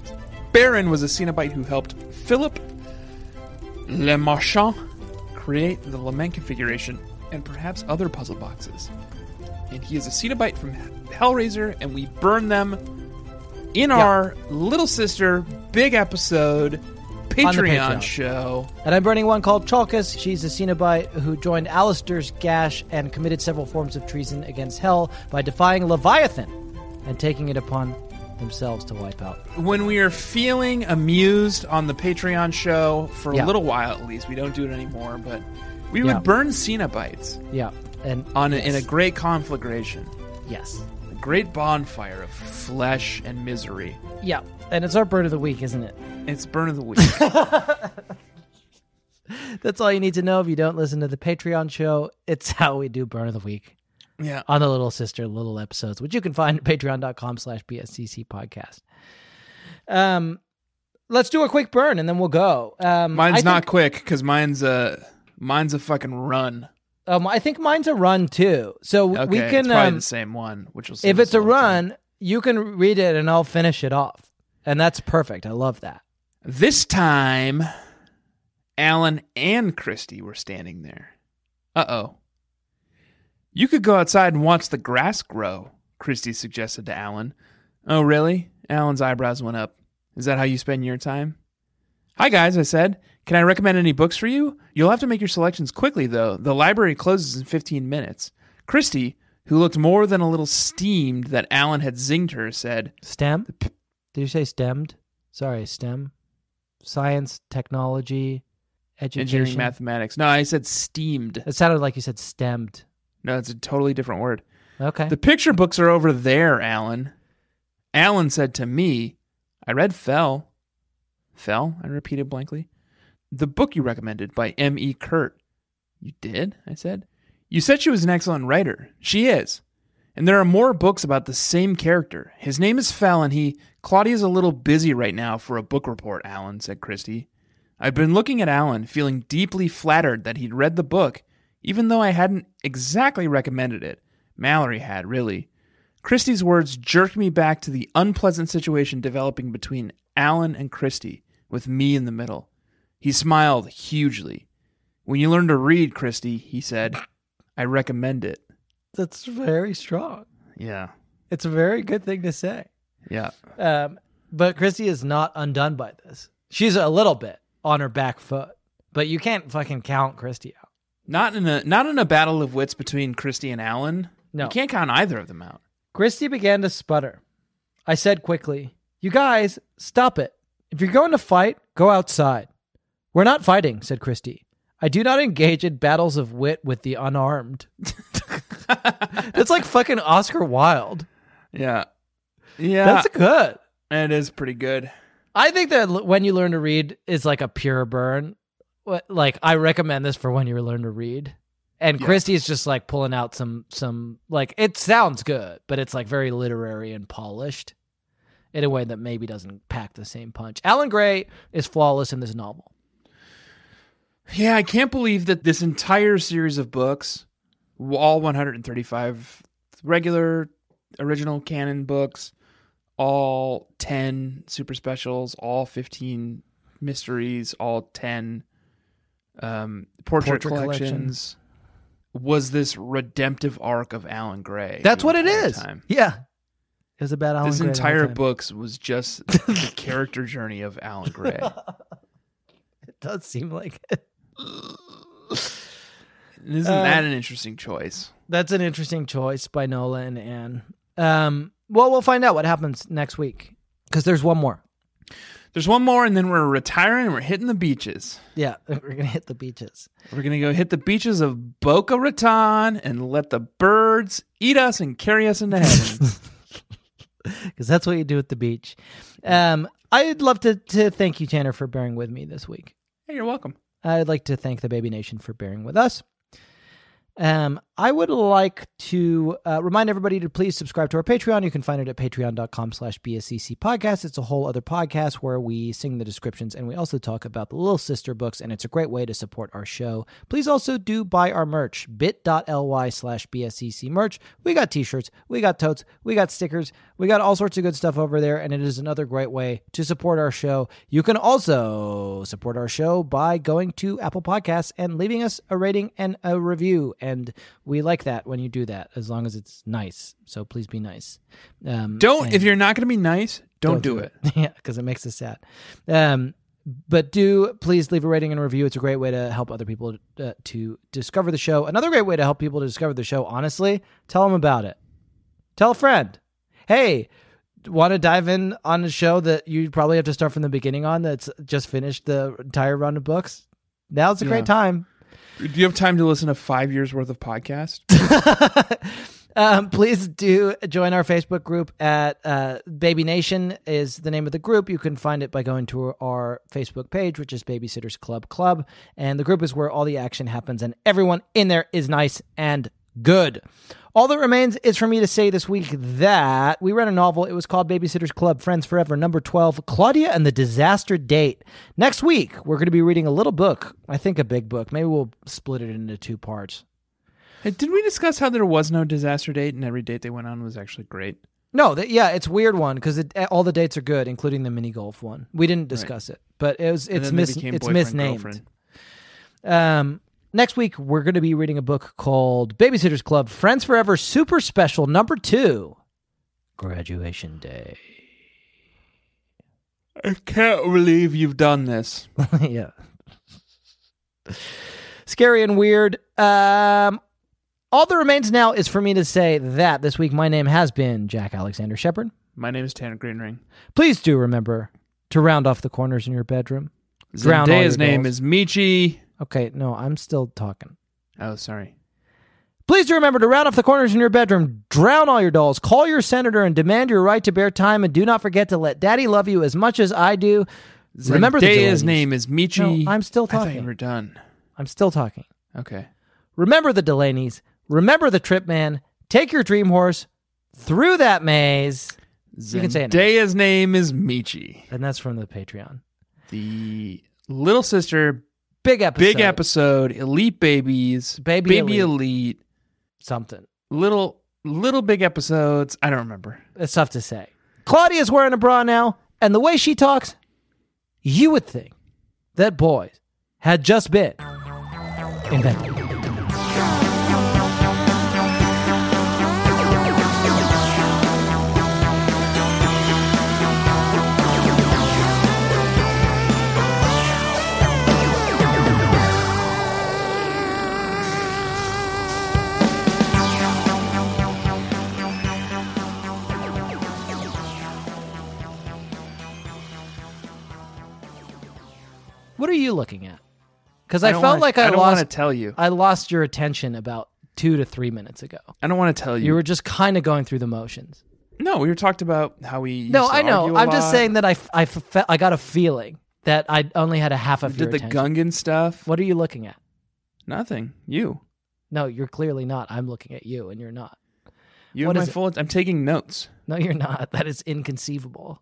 [SPEAKER 4] Baron was a Cenobite who helped Philip Le Marchand create the Lament configuration and perhaps other puzzle boxes. And he is a Cenobite from Hellraiser, and we burn them in our Little Sister Big Episode
[SPEAKER 3] On the
[SPEAKER 4] Patreon,
[SPEAKER 3] Patreon.
[SPEAKER 4] show.
[SPEAKER 3] And I'm burning one called Chalkus. She's a Cenobite who joined Alistair's gash and committed several forms of treason against Hell by defying Leviathan and taking it upon themselves to wipe out.
[SPEAKER 4] When we are feeling amused on the Patreon show for
[SPEAKER 3] Yeah.
[SPEAKER 4] a little while, at least, we don't do it anymore, but we
[SPEAKER 3] Yeah.
[SPEAKER 4] would burn Cenobites
[SPEAKER 3] Yeah. And
[SPEAKER 4] on a, in a great conflagration,
[SPEAKER 3] yes.
[SPEAKER 4] a great bonfire of flesh and misery.
[SPEAKER 3] Yeah. And it's our bird of the week, isn't it?
[SPEAKER 4] It's burn of the
[SPEAKER 3] [laughs]
[SPEAKER 4] week.
[SPEAKER 3] That's all you need to know if you don't listen to the Patreon show. It's how we do burn of the week.
[SPEAKER 4] yeah.
[SPEAKER 3] on the little sister little episodes which you can find at patreon.com slash bscc podcast um let's do a quick burn and then we'll go um
[SPEAKER 4] Mine's
[SPEAKER 3] I
[SPEAKER 4] not
[SPEAKER 3] think,
[SPEAKER 4] quick because mine's a mine's a fucking run.
[SPEAKER 3] um i think mine's a run too so
[SPEAKER 4] Okay,
[SPEAKER 3] we
[SPEAKER 4] it's
[SPEAKER 3] can
[SPEAKER 4] probably
[SPEAKER 3] um,
[SPEAKER 4] the same one. Which will save
[SPEAKER 3] if
[SPEAKER 4] us
[SPEAKER 3] it's a
[SPEAKER 4] lot of time.
[SPEAKER 3] run you can read it and i'll finish it off and that's perfect i love that
[SPEAKER 4] this time, Alan and Christy were standing there. Uh oh. You could go outside and watch the grass grow. Christy suggested to Alan. Oh really? Alan's eyebrows went up. Is that how you spend your time? Hi guys, I said. Can I recommend any books for you? You'll have to make your selections quickly, though. The library closes in 15 minutes. Christy, who looked more than a little steamed that Alan had zinged her, said,
[SPEAKER 3] stem did you say stemmed sorry stem science technology education
[SPEAKER 4] Engineering mathematics. No, I said steamed.
[SPEAKER 3] it sounded like you said stemmed
[SPEAKER 4] No, it's a totally different word.
[SPEAKER 3] okay
[SPEAKER 4] The picture books are over there, Alan. Alan said to me, I read Fell. Fell? I repeated blankly. The book you recommended by E. M.E. Kurt. You did? I said. You said she was an excellent writer. She is. And there are more books about the same character. His name is Fallon. He Claudia's a little busy right now for a book report, Alan, said Christie. I've been looking at Alan, feeling deeply flattered that he'd read the book, even though I hadn't exactly recommended it. Mallory had, really. Christie's words jerked me back to the unpleasant situation developing between Alan and Christie, with me in the middle. He smiled hugely. When you learn to read, Christie, he said, I recommend it.
[SPEAKER 3] That's very strong.
[SPEAKER 4] Yeah.
[SPEAKER 3] It's a very good thing to say.
[SPEAKER 4] Yeah.
[SPEAKER 3] Um, but Christy is not undone by this. She's a little bit on her back foot, but you can't fucking count Christy out.
[SPEAKER 4] Not in a not in a battle of wits between Christie and Alan.
[SPEAKER 3] No.
[SPEAKER 4] You can't count either of them out.
[SPEAKER 3] Christy began to sputter. I said quickly, You guys, stop it. If you're going to fight, go outside. We're not fighting, said Christy. I do not engage in battles of wit with the unarmed. [laughs] That's like fucking Oscar Wilde.
[SPEAKER 4] Yeah. Yeah.
[SPEAKER 3] That's good.
[SPEAKER 4] it is pretty good.
[SPEAKER 3] I think that l- when you learn to read is like a pure burn. What- Like I recommend this for when you learn to read. And
[SPEAKER 4] Yeah.
[SPEAKER 3] Christie's just like pulling out some some like it sounds good, but it's like very literary and polished in a way that maybe doesn't pack the same punch. Alan Gray is flawless in this novel.
[SPEAKER 4] Yeah, I can't believe that this entire series of books, all 135 regular original canon books, all 10 super specials, all 15 mysteries, all 10 um, portrait,
[SPEAKER 3] Portrait
[SPEAKER 4] collections,
[SPEAKER 3] collection.
[SPEAKER 4] was this redemptive arc of Alan Gray.
[SPEAKER 3] That's
[SPEAKER 4] the
[SPEAKER 3] what it
[SPEAKER 4] entire
[SPEAKER 3] is.
[SPEAKER 4] time.
[SPEAKER 3] Yeah. It was about Alan
[SPEAKER 4] this
[SPEAKER 3] Gray the whole
[SPEAKER 4] entire
[SPEAKER 3] time.
[SPEAKER 4] books was just the character journey of Alan
[SPEAKER 3] [laughs]
[SPEAKER 4] Gray.
[SPEAKER 3] It does seem like it.
[SPEAKER 4] Isn't
[SPEAKER 3] Uh,
[SPEAKER 4] that an interesting choice?
[SPEAKER 3] That's an interesting choice by Nola and Anne. Um, well, we'll find out what happens next week because there's one more.
[SPEAKER 4] There's one more, and then we're retiring and we're hitting the beaches.
[SPEAKER 3] Yeah, [laughs] we're gonna hit the beaches.
[SPEAKER 4] We're going to go hit the beaches of Boca Raton and let the birds eat us and carry us into [laughs] heaven.
[SPEAKER 3] because that's what you do at the beach. Um, I'd love to to thank you, Tanner, for bearing with me this week.
[SPEAKER 4] hey, you're welcome.
[SPEAKER 3] I'd like to thank the Baby Nation for bearing with us. Um, I would like to uh, remind everybody to please subscribe to our Patreon. You can find it at patreon.com slash BSCC podcast. It's a whole other podcast where we sing the descriptions and we also talk about the Little Sister books, and it's a great way to support our show. Please also do buy our merch, bit.ly slash BSCC merch. We got t-shirts, we got totes, we got stickers, we got all sorts of good stuff over there, and it is another great way to support our show. You can also support our show by going to Apple Podcasts and leaving us a rating and a review. And we like that when you do that, as long as it's nice. So please be nice. Um,
[SPEAKER 4] Don't,
[SPEAKER 3] and-
[SPEAKER 4] if you're not going to be nice, don't, do it.
[SPEAKER 3] yeah, because it [laughs] makes us sad. Um, but do please leave a rating and review. It's a great way to help other people uh, to discover the show. Another great way to help people to discover the show, honestly, tell them about it. Tell a friend. Hey, want to dive in on a show that you probably have to start from the beginning on that's just finished the entire run of books? Now's a
[SPEAKER 4] Yeah.
[SPEAKER 3] great time.
[SPEAKER 4] Do you have time to listen to five years worth of [laughs] podcast?
[SPEAKER 3] um, please do join our Facebook group at uh, Baby Nation is the name of the group. You can find it by going to our Facebook page, which is Babysitters Club Club, and the group is where all the action happens, and everyone in there is nice and good. All that remains is for me to say this week that we read a novel. It was called Babysitters Club Friends Forever, number 12, Claudia and the Disaster Date. Next week, we're going to be reading a little book, I think a big book. Maybe we'll split it into two parts.
[SPEAKER 4] Hey, Did we discuss how there was no disaster date and every date they went on was actually great?
[SPEAKER 3] No, th- yeah, it's a weird one because all the dates are good, including the mini golf one. We didn't discuss it, but it was
[SPEAKER 4] And
[SPEAKER 3] it's
[SPEAKER 4] then they
[SPEAKER 3] mis-
[SPEAKER 4] became
[SPEAKER 3] it's
[SPEAKER 4] boyfriend,
[SPEAKER 3] misnamed.
[SPEAKER 4] girlfriend.
[SPEAKER 3] Um, next week we're going to be reading a book called Babysitters Club: Friends Forever Super Special Number Two, Graduation Day. [laughs]
[SPEAKER 4] I can't believe you've done this.
[SPEAKER 3] yeah, scary and weird. Um, all that remains now is for me to say that this week my name has been Jack Alexander Shepard.
[SPEAKER 4] My name is Tanner Greenring.
[SPEAKER 3] Please do remember to round off the corners in your bedroom. Drown all
[SPEAKER 4] Zendaya's
[SPEAKER 3] your
[SPEAKER 4] name
[SPEAKER 3] goals.
[SPEAKER 4] is Michi.
[SPEAKER 3] Okay, no, I'm still talking.
[SPEAKER 4] Oh, sorry.
[SPEAKER 3] Please do remember to round off the corners in your bedroom, drown all your dolls, call your senator, and demand your right to bear time. And do not forget to let daddy love you as much as I do. Remember the
[SPEAKER 4] Zendaya's
[SPEAKER 3] Delaney's.
[SPEAKER 4] name is Michi.
[SPEAKER 3] No, I'm still
[SPEAKER 4] I thought you
[SPEAKER 3] talking.
[SPEAKER 4] were done.
[SPEAKER 3] I'm still talking.
[SPEAKER 4] Okay.
[SPEAKER 3] Remember the Delaney's. Remember the Trip Man. Take your dream horse through that maze. You can say it. now.
[SPEAKER 4] Daya's name is Michi.
[SPEAKER 3] And that's from the Patreon.
[SPEAKER 4] The little sister,
[SPEAKER 3] Big episode.
[SPEAKER 4] big episode, elite babies,
[SPEAKER 3] Baby
[SPEAKER 4] baby
[SPEAKER 3] Elite.
[SPEAKER 4] elite,
[SPEAKER 3] Something.
[SPEAKER 4] little little big episodes. I don't remember.
[SPEAKER 3] It's tough to say. Claudia's wearing a bra now, and the way she talks, you would think that boys had just been invented. What are you looking at? Because I,
[SPEAKER 4] don't
[SPEAKER 3] felt
[SPEAKER 4] wanna-
[SPEAKER 3] like I,
[SPEAKER 4] don't
[SPEAKER 3] lost.
[SPEAKER 4] want to tell you.
[SPEAKER 3] I lost your attention about two to three minutes ago.
[SPEAKER 4] I don't want to tell you.
[SPEAKER 3] You were just kind of going through the motions.
[SPEAKER 4] no, we were talked about how we. Used
[SPEAKER 3] No,
[SPEAKER 4] to
[SPEAKER 3] I know.
[SPEAKER 4] argue a
[SPEAKER 3] I'm just
[SPEAKER 4] lot.
[SPEAKER 3] saying that I, f- I, f- fe- I got a feeling that I only had a half of
[SPEAKER 4] We
[SPEAKER 3] your
[SPEAKER 4] did the
[SPEAKER 3] attention.
[SPEAKER 4] Gungan stuff.
[SPEAKER 3] What are you looking at?
[SPEAKER 4] Nothing. You.
[SPEAKER 3] No, you're clearly not. I'm looking at you, and you're not.
[SPEAKER 4] You
[SPEAKER 3] What
[SPEAKER 4] have my
[SPEAKER 3] is it?
[SPEAKER 4] full. I'm taking notes.
[SPEAKER 3] No, you're not. That is inconceivable.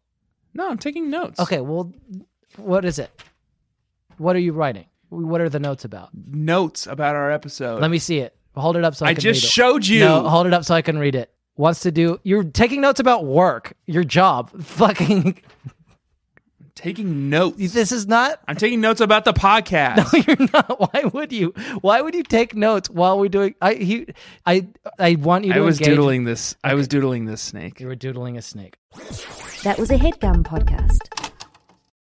[SPEAKER 4] No, I'm taking notes.
[SPEAKER 3] Okay, well, what is it? What are you writing? What are the notes about?
[SPEAKER 4] Notes about our episode.
[SPEAKER 3] Let me see it. Hold it up so I,
[SPEAKER 4] I
[SPEAKER 3] can
[SPEAKER 4] just
[SPEAKER 3] read it.
[SPEAKER 4] showed you.
[SPEAKER 3] No, hold it up so I can read it. Wants to do. You're taking notes about work, your job. [laughs] Fucking.
[SPEAKER 4] taking notes.
[SPEAKER 3] This is not.
[SPEAKER 4] I'm taking notes about
[SPEAKER 3] [laughs]
[SPEAKER 4] the podcast.
[SPEAKER 3] You're not. Why would you? Why would you take notes while we're doing? I he. I I want you to.
[SPEAKER 4] I was
[SPEAKER 3] engage-
[SPEAKER 4] doodling this. I was doodling this snake.
[SPEAKER 3] You were doodling a snake.
[SPEAKER 1] That was a headgum podcast.